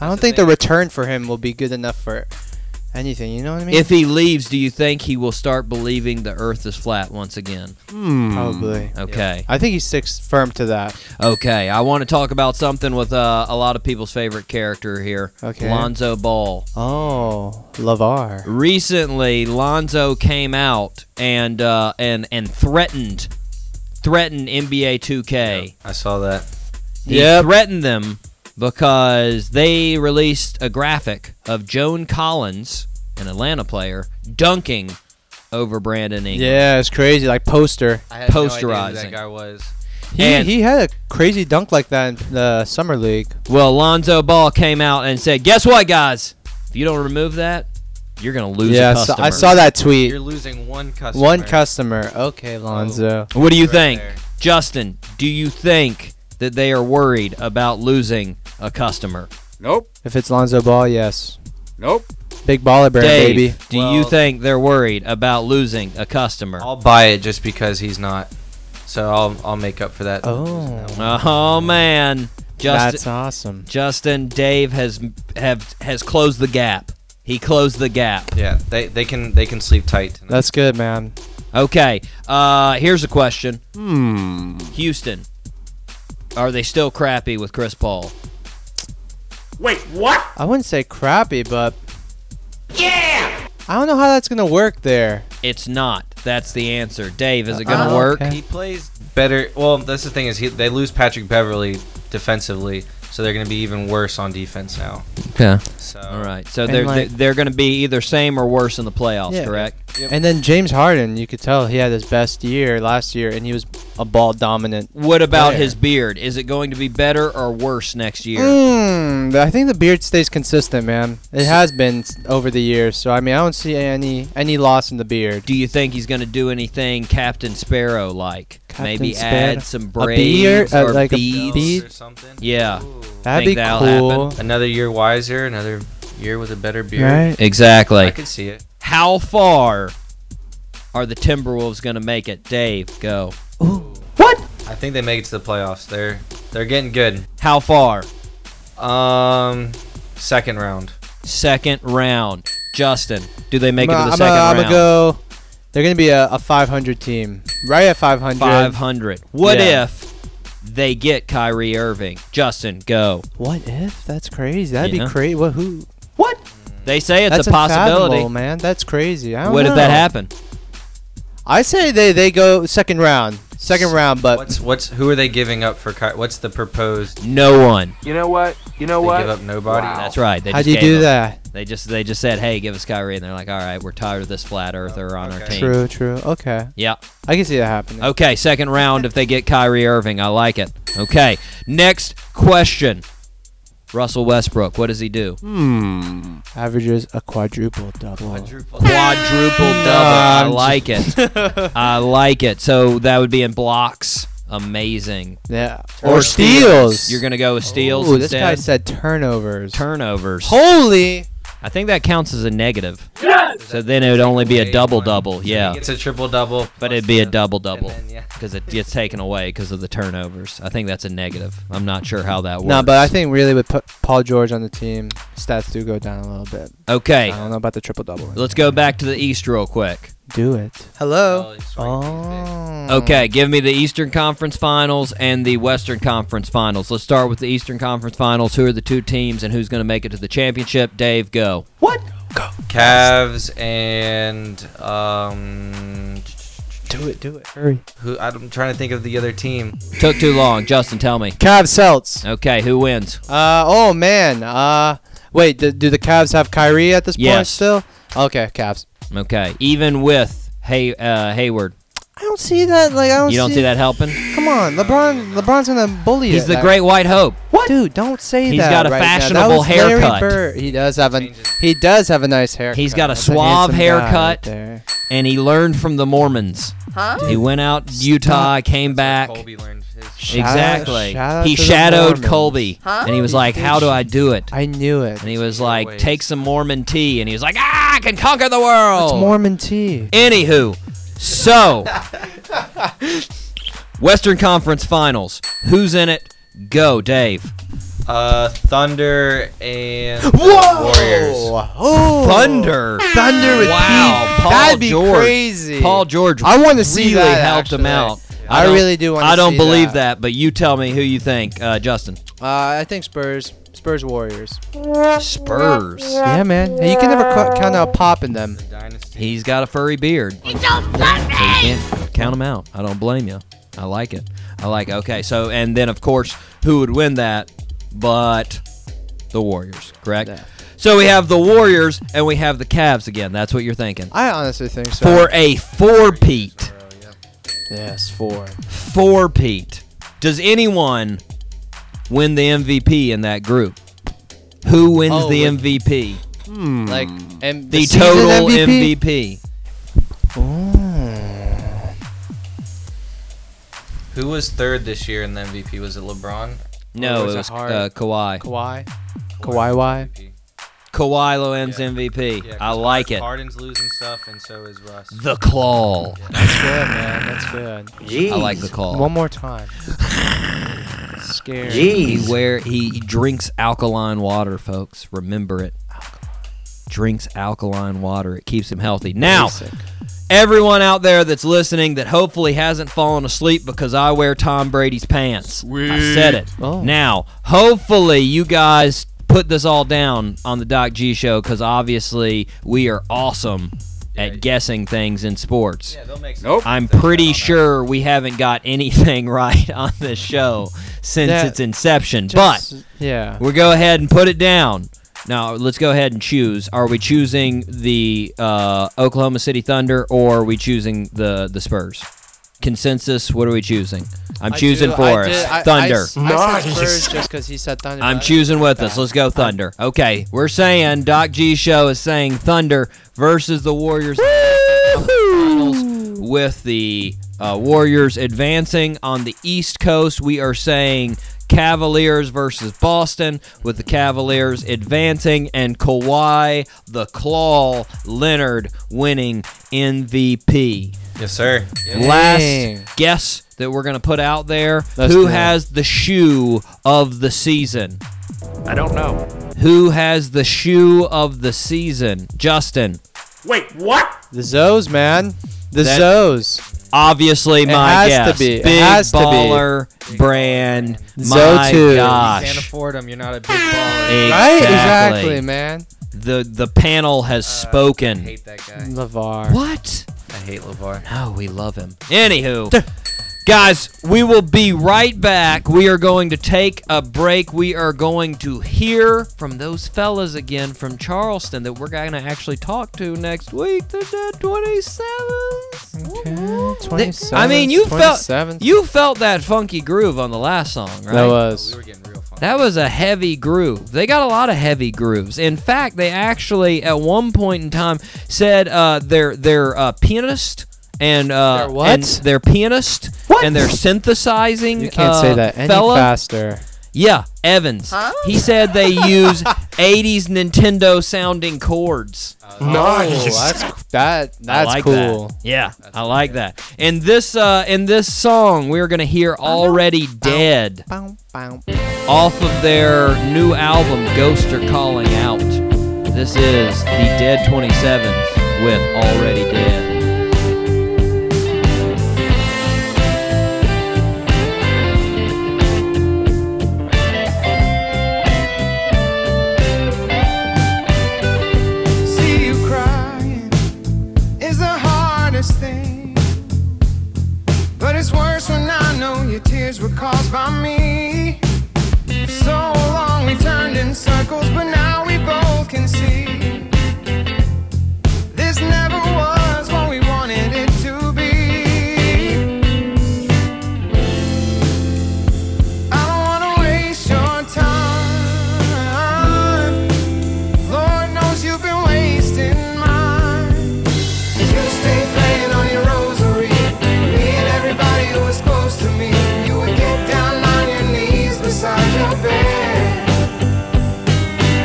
I don't the think the thing. return for him will be good enough for anything. You know what I mean? If he leaves, do you think he will start believing the earth is flat once again? probably. Okay. I think he sticks firm to that. Okay. I want to talk about something with uh, a lot of people's favorite character here Okay. Lonzo Ball. Oh, Lavar. recently Lonzo came out and uh, and and threatened threatened NBA 2K. I saw that. He threatened them because they released a graphic of Joan Collins, an Atlanta player, dunking over Brandon Ingram. Yeah, it's crazy. Like poster. I had no idea who Posterizing. that guy was. He And- he had a crazy dunk like that in the summer league. Well, Lonzo Ball came out and said, "Guess what, guys? If you don't remove that, you're gonna lose yeah, a so- customer." I saw that You're tweet. losing one customer. One customer. Okay, Lonzo. What do you Right think, there. Justin? Do you think that they are worried about losing a customer? Nope. If it's Lonzo Ball, yes. Nope. Big baller bear, Dave, baby. do you Well- think they're worried about losing a customer? I'll buy it just because he's not. So I'll I'll make up for that. Oh, Oh man, that's Justin, awesome. Justin, Dave has have has closed the gap. He closed the gap. Yeah, they, they can they can sleep tight. Tonight. That's good, man. Okay, uh, here's a question. Houston, are they still crappy with Chris Paul? Wait, what? I wouldn't say crappy, but yeah. I don't know how that's gonna work there. It's not. That's the answer. Dave, is it Uh, gonna okay. work? He plays better. Well, that's the thing is he, they lose Patrick Beverly defensively, so they're going to be even worse on defense now. Okay. So All right. So And they're like- they're going to be either same or worse in the playoffs, Yeah. correct? And then James Harden, you could tell he had his best year last year, and he was a ball dominant. What about Player. his beard? Is it going to be better or worse next year? Mm, I think the beard stays consistent, man. It has been s- over the years, so I mean, I don't see any any loss in the beard. Do you think he's going to do anything Captain Sparrow like? Captain Maybe Sparrow. add some A braids beard, uh, or like a beads. bead? Or Beat- something. Yeah. Ooh. That'd think be that'll cool, Another year wiser, another year with a better beard. right? I Exactly. could see it. How far are the Timberwolves going to make it? Dave, go. I think they make it to the playoffs. They're they're getting good. How far? Um, second round. Second round. Justin, do they make I'm it to the a- I'm second a- I'm round? a go. They're gonna be a, a 500 team, right at 500. 500. What Yeah. if they get Kyrie Irving? Justin, go. What if? That's crazy. That'd Yeah. be crazy. What? Who? They say it's That's a possibility. unfathomable, man. That's crazy. I don't What know. if that happen? I say they they go second round, second round, but What's what's who are they giving up for? Ky- What's the proposed? No one. You know what? You know They what? give up nobody. That's right. They how just do you gave do up. that? They just they just said, "Hey, give us Kyrie," and they're like, "All right, we're tired of this flat earther on our Okay. team." True, true. Okay, Yeah. I can see that happening. Okay. Second round if they get Kyrie Irving, I like it. Okay. Next question. Russell Westbrook, what does he do? Hmm. Averages a quadruple double. Quadruple double. I I'm like just- it. <laughs> I like it. So that would be in blocks. Amazing. <laughs> Yeah. Or steals. You're gonna go with steals. Ooh, this guy instead. said turnovers. turnovers. Holy. I think that counts as a negative. Yes! So then it would only be a double double. Yeah. It's a triple double. But it'd be a double double because it gets taken away because of the turnovers. I think that's a negative. I'm not sure how that works. No, but I think really with Pa- Paul George on the team, stats do go down a little bit. Okay. I Uh, don't know about the triple double. let's go back to the East real quick. Do it. Hello. Oh. Okay, give me the Eastern Conference Finals and the Western Conference Finals. Let's start with the Eastern Conference Finals. Who are the two teams and who's going to make it to the championship? Dave, go. What? Cavs and um. Do it. Do it. Hurry. Who I'm trying to think of the other team. Took too long. Justin, tell me. Cavs Celts. Okay, who wins? Uh oh man. Uh wait, do, do the Cavs have Kyrie at this point Yes. still? Okay, Cavs. Okay, even with Hay uh, Hayward, I don't see that like I don't you don't see that helping. Come on, LeBron LeBron's gonna bully He's it. the That- great white hope. What? Dude, don't say He's that. got a right now. That fashionable was Larry haircut. Bird. He does have a he does have a nice haircut. He's got a That's suave handsome guy right haircut, there. and he learned from the Mormons. Huh? He went out to Utah, came back. Colby learned his. Shout out- exactly. shout out he to the shadowed Mormons. Colby, Huh? and he was like, "How do I do it?" I knew it. And he was like, "Take some Mormon tea," and he was like, "Ah, I can conquer the world." It's Mormon tea. Anywho, so Western Conference Finals. Who's in it? Go, Dave. Uh, Thunder and Whoa! Warriors. Oh. Thunder. Thunder with Wow, Pete. Paul That'd be George. crazy. Paul George. I wanna see really that, helped him actually. out. I don't- really do wanna I don't see believe that. that. but you tell me who you think, uh, Justin. Uh, I think Spurs. Spurs Warriors. Spurs. Yeah, man. Hey, you can never cu- count out Pop in them. He's got a furry beard. He don't so you can't count him out. I don't blame you. I like it. I like it. Okay, so and then of course, who would win that? But the Warriors, correct? So we have the Warriors and we have the Cavs again. That's what you're thinking. I honestly think so. For a four-peat. Yes, four. Four-peat. Does anyone win the MVP in that group? Who wins Oh, the with- MVP? Like and Hmm. The, season total MVP? MVP. Who was third this year in the MVP? Was it LeBron? No, it Or was Oh, it was hard? uh, Kawhi. Kawhi. Kawhi. Why? MVP. Kawhi Leonard's Yeah. MVP. Yeah, I 'cause like Har- it. Harden's losing stuff, and so is Russ. The claw. That's good, man. That's good. I like the claw. One more time. <laughs> Scary. He wear he drinks alkaline water, folks. Remember it. Drinks alkaline water. It keeps him healthy. Now, Basic. everyone out there that's listening that hopefully hasn't fallen asleep because I wear Tom Brady's pants. I said it. Oh. Now, hopefully, you guys put this all down on the Doc G Show because obviously we are awesome at guessing things in sports. Yeah, they'll make some Nope. I'm pretty sure we haven't got anything <laughs> right on this show since Yeah. its inception. Just- but yeah. we'll go ahead and put it down. Now let's go ahead and choose. Are we choosing the uh, Oklahoma City Thunder or are we choosing the the Spurs? Consensus. What are we choosing? I'm I choosing do- for I us did- I- I Thunder. s- I said Spurs just because he said Thunder. I'm but I- choosing with us. Let's go Thunder. Okay, we're saying Doc G Show is saying Thunder versus the Warriors in the finals with the uh, Warriors advancing on the East Coast. We are saying Cavaliers versus Boston with the Cavaliers advancing and Kawhi the Claw Leonard winning MVP Yes, sir. Yeah. Dang. last guess that we're gonna put out there. Let's who do it. has the shoe of the season? I don't know. Who has the shoe of the season? Justin. Wait, what? The Zoes, man. The That- Zoes. Obviously, my has to guess. be. It Big has to be. baller brand. Zo my too. You can't gosh. afford him. You're not a big baller. Right? Exactly. Exactly, man. The the panel has Uh, I spoken. hate that guy. LeVar. What? I hate LeVar. No, Oh, we love him. <laughs> Anywho, guys, we will be right back. We are going to take a break. We are going to hear from those fellas again from Charleston that we're going to actually talk to next week. The dead 27th. They- I mean, you felt 27th. you felt that funky groove on the last song, right? That We was. were getting real fun. That was a heavy groove. They got a lot of heavy grooves. In fact, they actually at one point in time said uh, their their uh, pianist and uh, Their what? and their pianist and their synthesizing. uh, You can't say that any faster. Yeah, Evans. He said they use <laughs> 80s Nintendo sounding chords. Nice. Uh, Oh, that's- that- I that's like cool. that. Yeah, I like that. And this uh in this song we are going to hear Already Dead off of their new album Ghosts Are Calling Out. This is the Dead 27s with Already Dead. See you crying is the hardest thing. But it's worse when I know your tears were caused by me. So long we turned in circles, but now we both can see. This never was what we wanted it to be. I don't wanna waste your time. Lord knows you've been wasting mine. You stay playing on your rosary. Me and everybody who was close to me. You would get down on your knees beside your bed.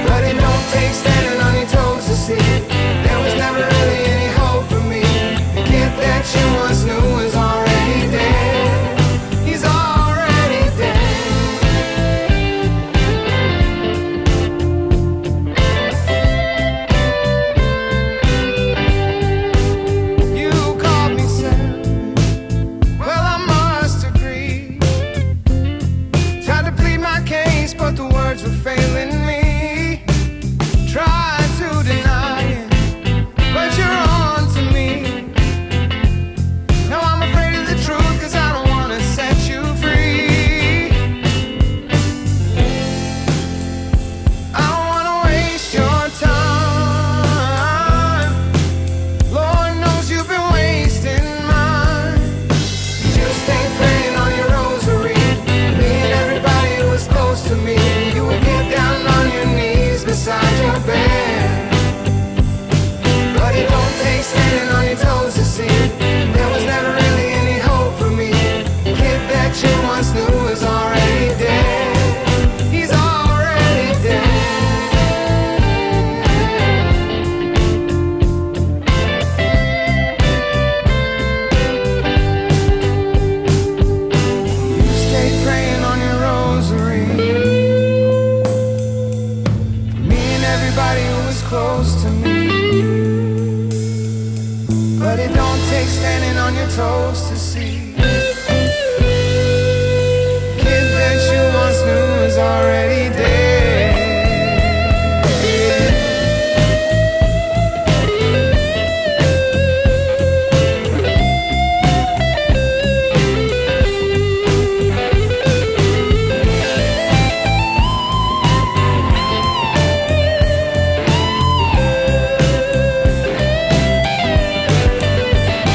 But it don't take standing on your toes to see. There was never really any hope for me. The kid that you once knew is already dead. He's already dead. You called me sir. Well, I must agree. Tried to plead my case, but the words were failing me. Tried to deny it, but you're on to me. No, I'm afraid of the truth, cause I don't wanna set you free. I don't wanna waste your time. Lord knows you've been wasting mine. You stay praying on your rosary. Me and everybody who was close to me. You would get down on your knees beside your bed. But it don't take standing on your toes to see. There was never really any hope for me. The kid that you once knew is already dead. He's already dead. Stay praying on your rosary. For me and everybody who was close to me. But it don't take standing on your toes to see. Kid that you once knew is already dead.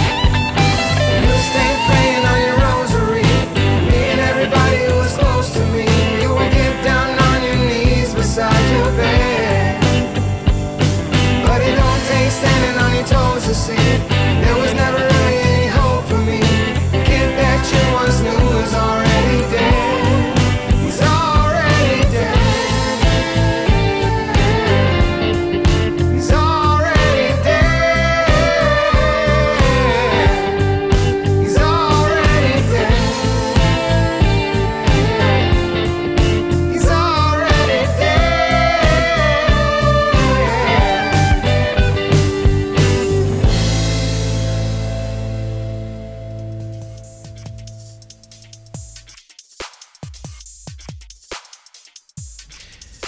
You stay praying on your rosary. Me and everybody who was close to me. You would get down on your knees beside your bed. But it don't take standing on your toes to see. There was never really any hope for me. The kid that you once knew is already dead. He's already dead. He's already dead. He's already dead. He's already dead.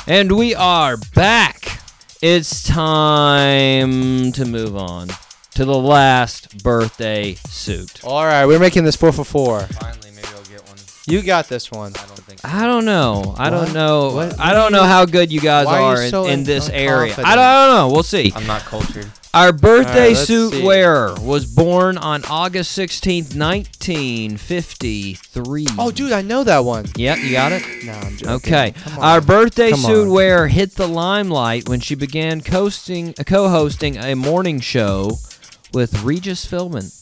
And we are back. It's time to move on to the last birthday suit. All right, we're making this four for four. Finally, maybe I'll get one. You got this one. I don't think I don't know. I What? don't know. What? I don't know how good you guys Why are are, you in, so in this un- area. unconfident? I don't, I don't know. We'll see. I'm not cultured. Our birthday Alright, let's suit see. wearer was born on August 16th, 1953. Oh, dude, I know that one. Yep, you got it? No, I'm joking. Okay. Come on. Our birthday Come suit on. wearer hit the limelight when she began coasting, uh, co-hosting a morning show with Regis Philbin.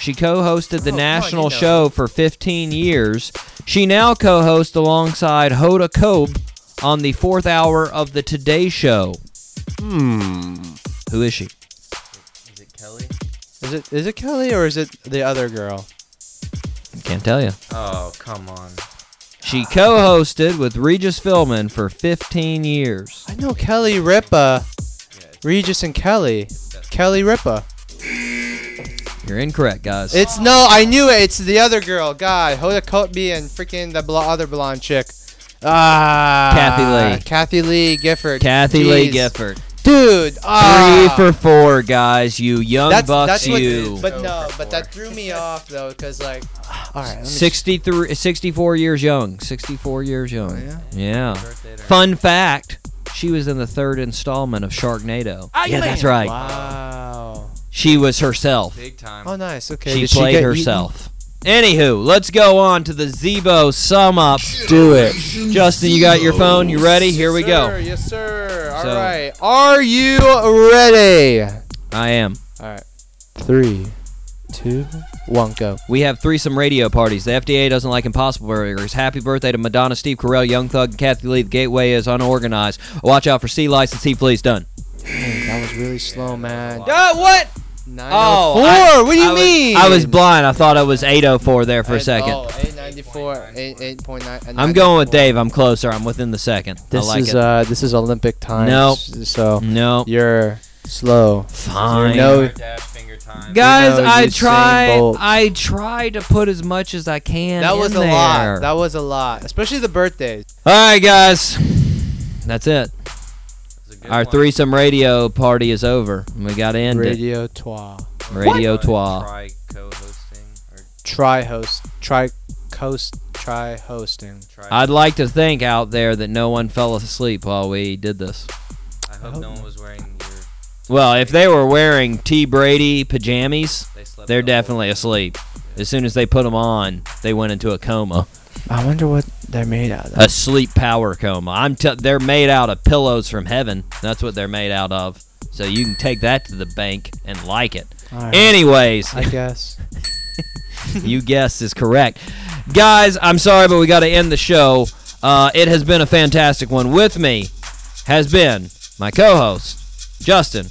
She co-hosted Oh, the national show for 15 years. She now co-hosts alongside Hoda Kobe on the fourth hour of the Today Show. Hmm. Who is she? Is it is it Kelly or is it the other girl? Can't tell you. Oh, come on. She co-hosted with Regis Philbin for 15 years. I know Kelly Ripa, Regis and Kelly, Kelly Ripa. You're incorrect, guys. It's no, I knew it. It's the other girl, God, Hoda Kotb and freaking the bl- other blonde chick. Ah, Kathy Lee. Kathy Lee Gifford. Kathy Lee Jeez. Gifford. Dude, Three ah. for four, guys. You young that's, bucks. that's what- you. but no, but that threw me off though, because like, all right, let me 63, 64 years young. 64 years young. Oh, yeah. yeah? Fun fact she was in the third installment of Sharknado. Oh, yeah, man. that's right. Wow. She was herself. Big time. Oh, nice. Okay. she did played get eaten? herself. Anywho, let's go on to the Zebo sum up. Do it. Justin, you got your phone? You ready? Here we Yes, sir. go. Yes, sir. All So- right. Are you ready? I am. All right. Three, two, one, go. We have threesome radio parties. The FDA doesn't like impossible burgers. Happy birthday to Madonna, Steve Carell, Young Thug, and Kathy Lee. The gateway is unorganized. Watch out for C license. C please done. Dang, that was really slow, man. what? Nine Oh, oh four. I- what do you I was- mean? I was blind. I thought I was 804 there for a second. Oh, 894, 8, 8.9. I'm going with Dave. I'm closer. I'm within the second. This I like is it. uh, this is Olympic time. Nope. So no. you're slow. Fine. You're no, Dash finger time. Guys, you know I Usain try. Bolt. I try to put as much as I can. that was in a there. lot. That was a lot, especially the birthdays. All right, guys. That's it. Our threesome radio party is over. and We got to end it. Radio Trois. Radio What? Trois. Try co-hosting or Try host. Try coast. Try hosting. try. I'd like to think out there that no one fell asleep while we did this. I hope no one was wearing your. Well, if they were wearing T Brady pajamas, They slept they're the whole definitely asleep. As soon as they put them on, they went into a coma, I wonder what they're made out of. a sleep power coma. I'm t- they're made out of pillows from heaven. That's what they're made out of. So you can take that to the bank and like it. All right. Anyways, I guess. you guessed is correct. Guys, I'm sorry, but we got to end the show. Uh, it has been a fantastic one. With me has been my co host, Justin,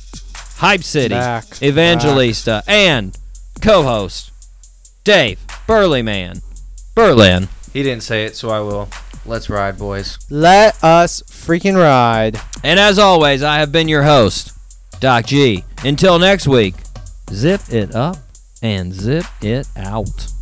Hype City, Back. Evangelista, and co host, Dave, Burleyman, Berlin. He didn't say it, so I will. Let's ride, boys. Let us freaking ride. And as always, I have been your host, Doc G. Until next week, zip it up and zip it out.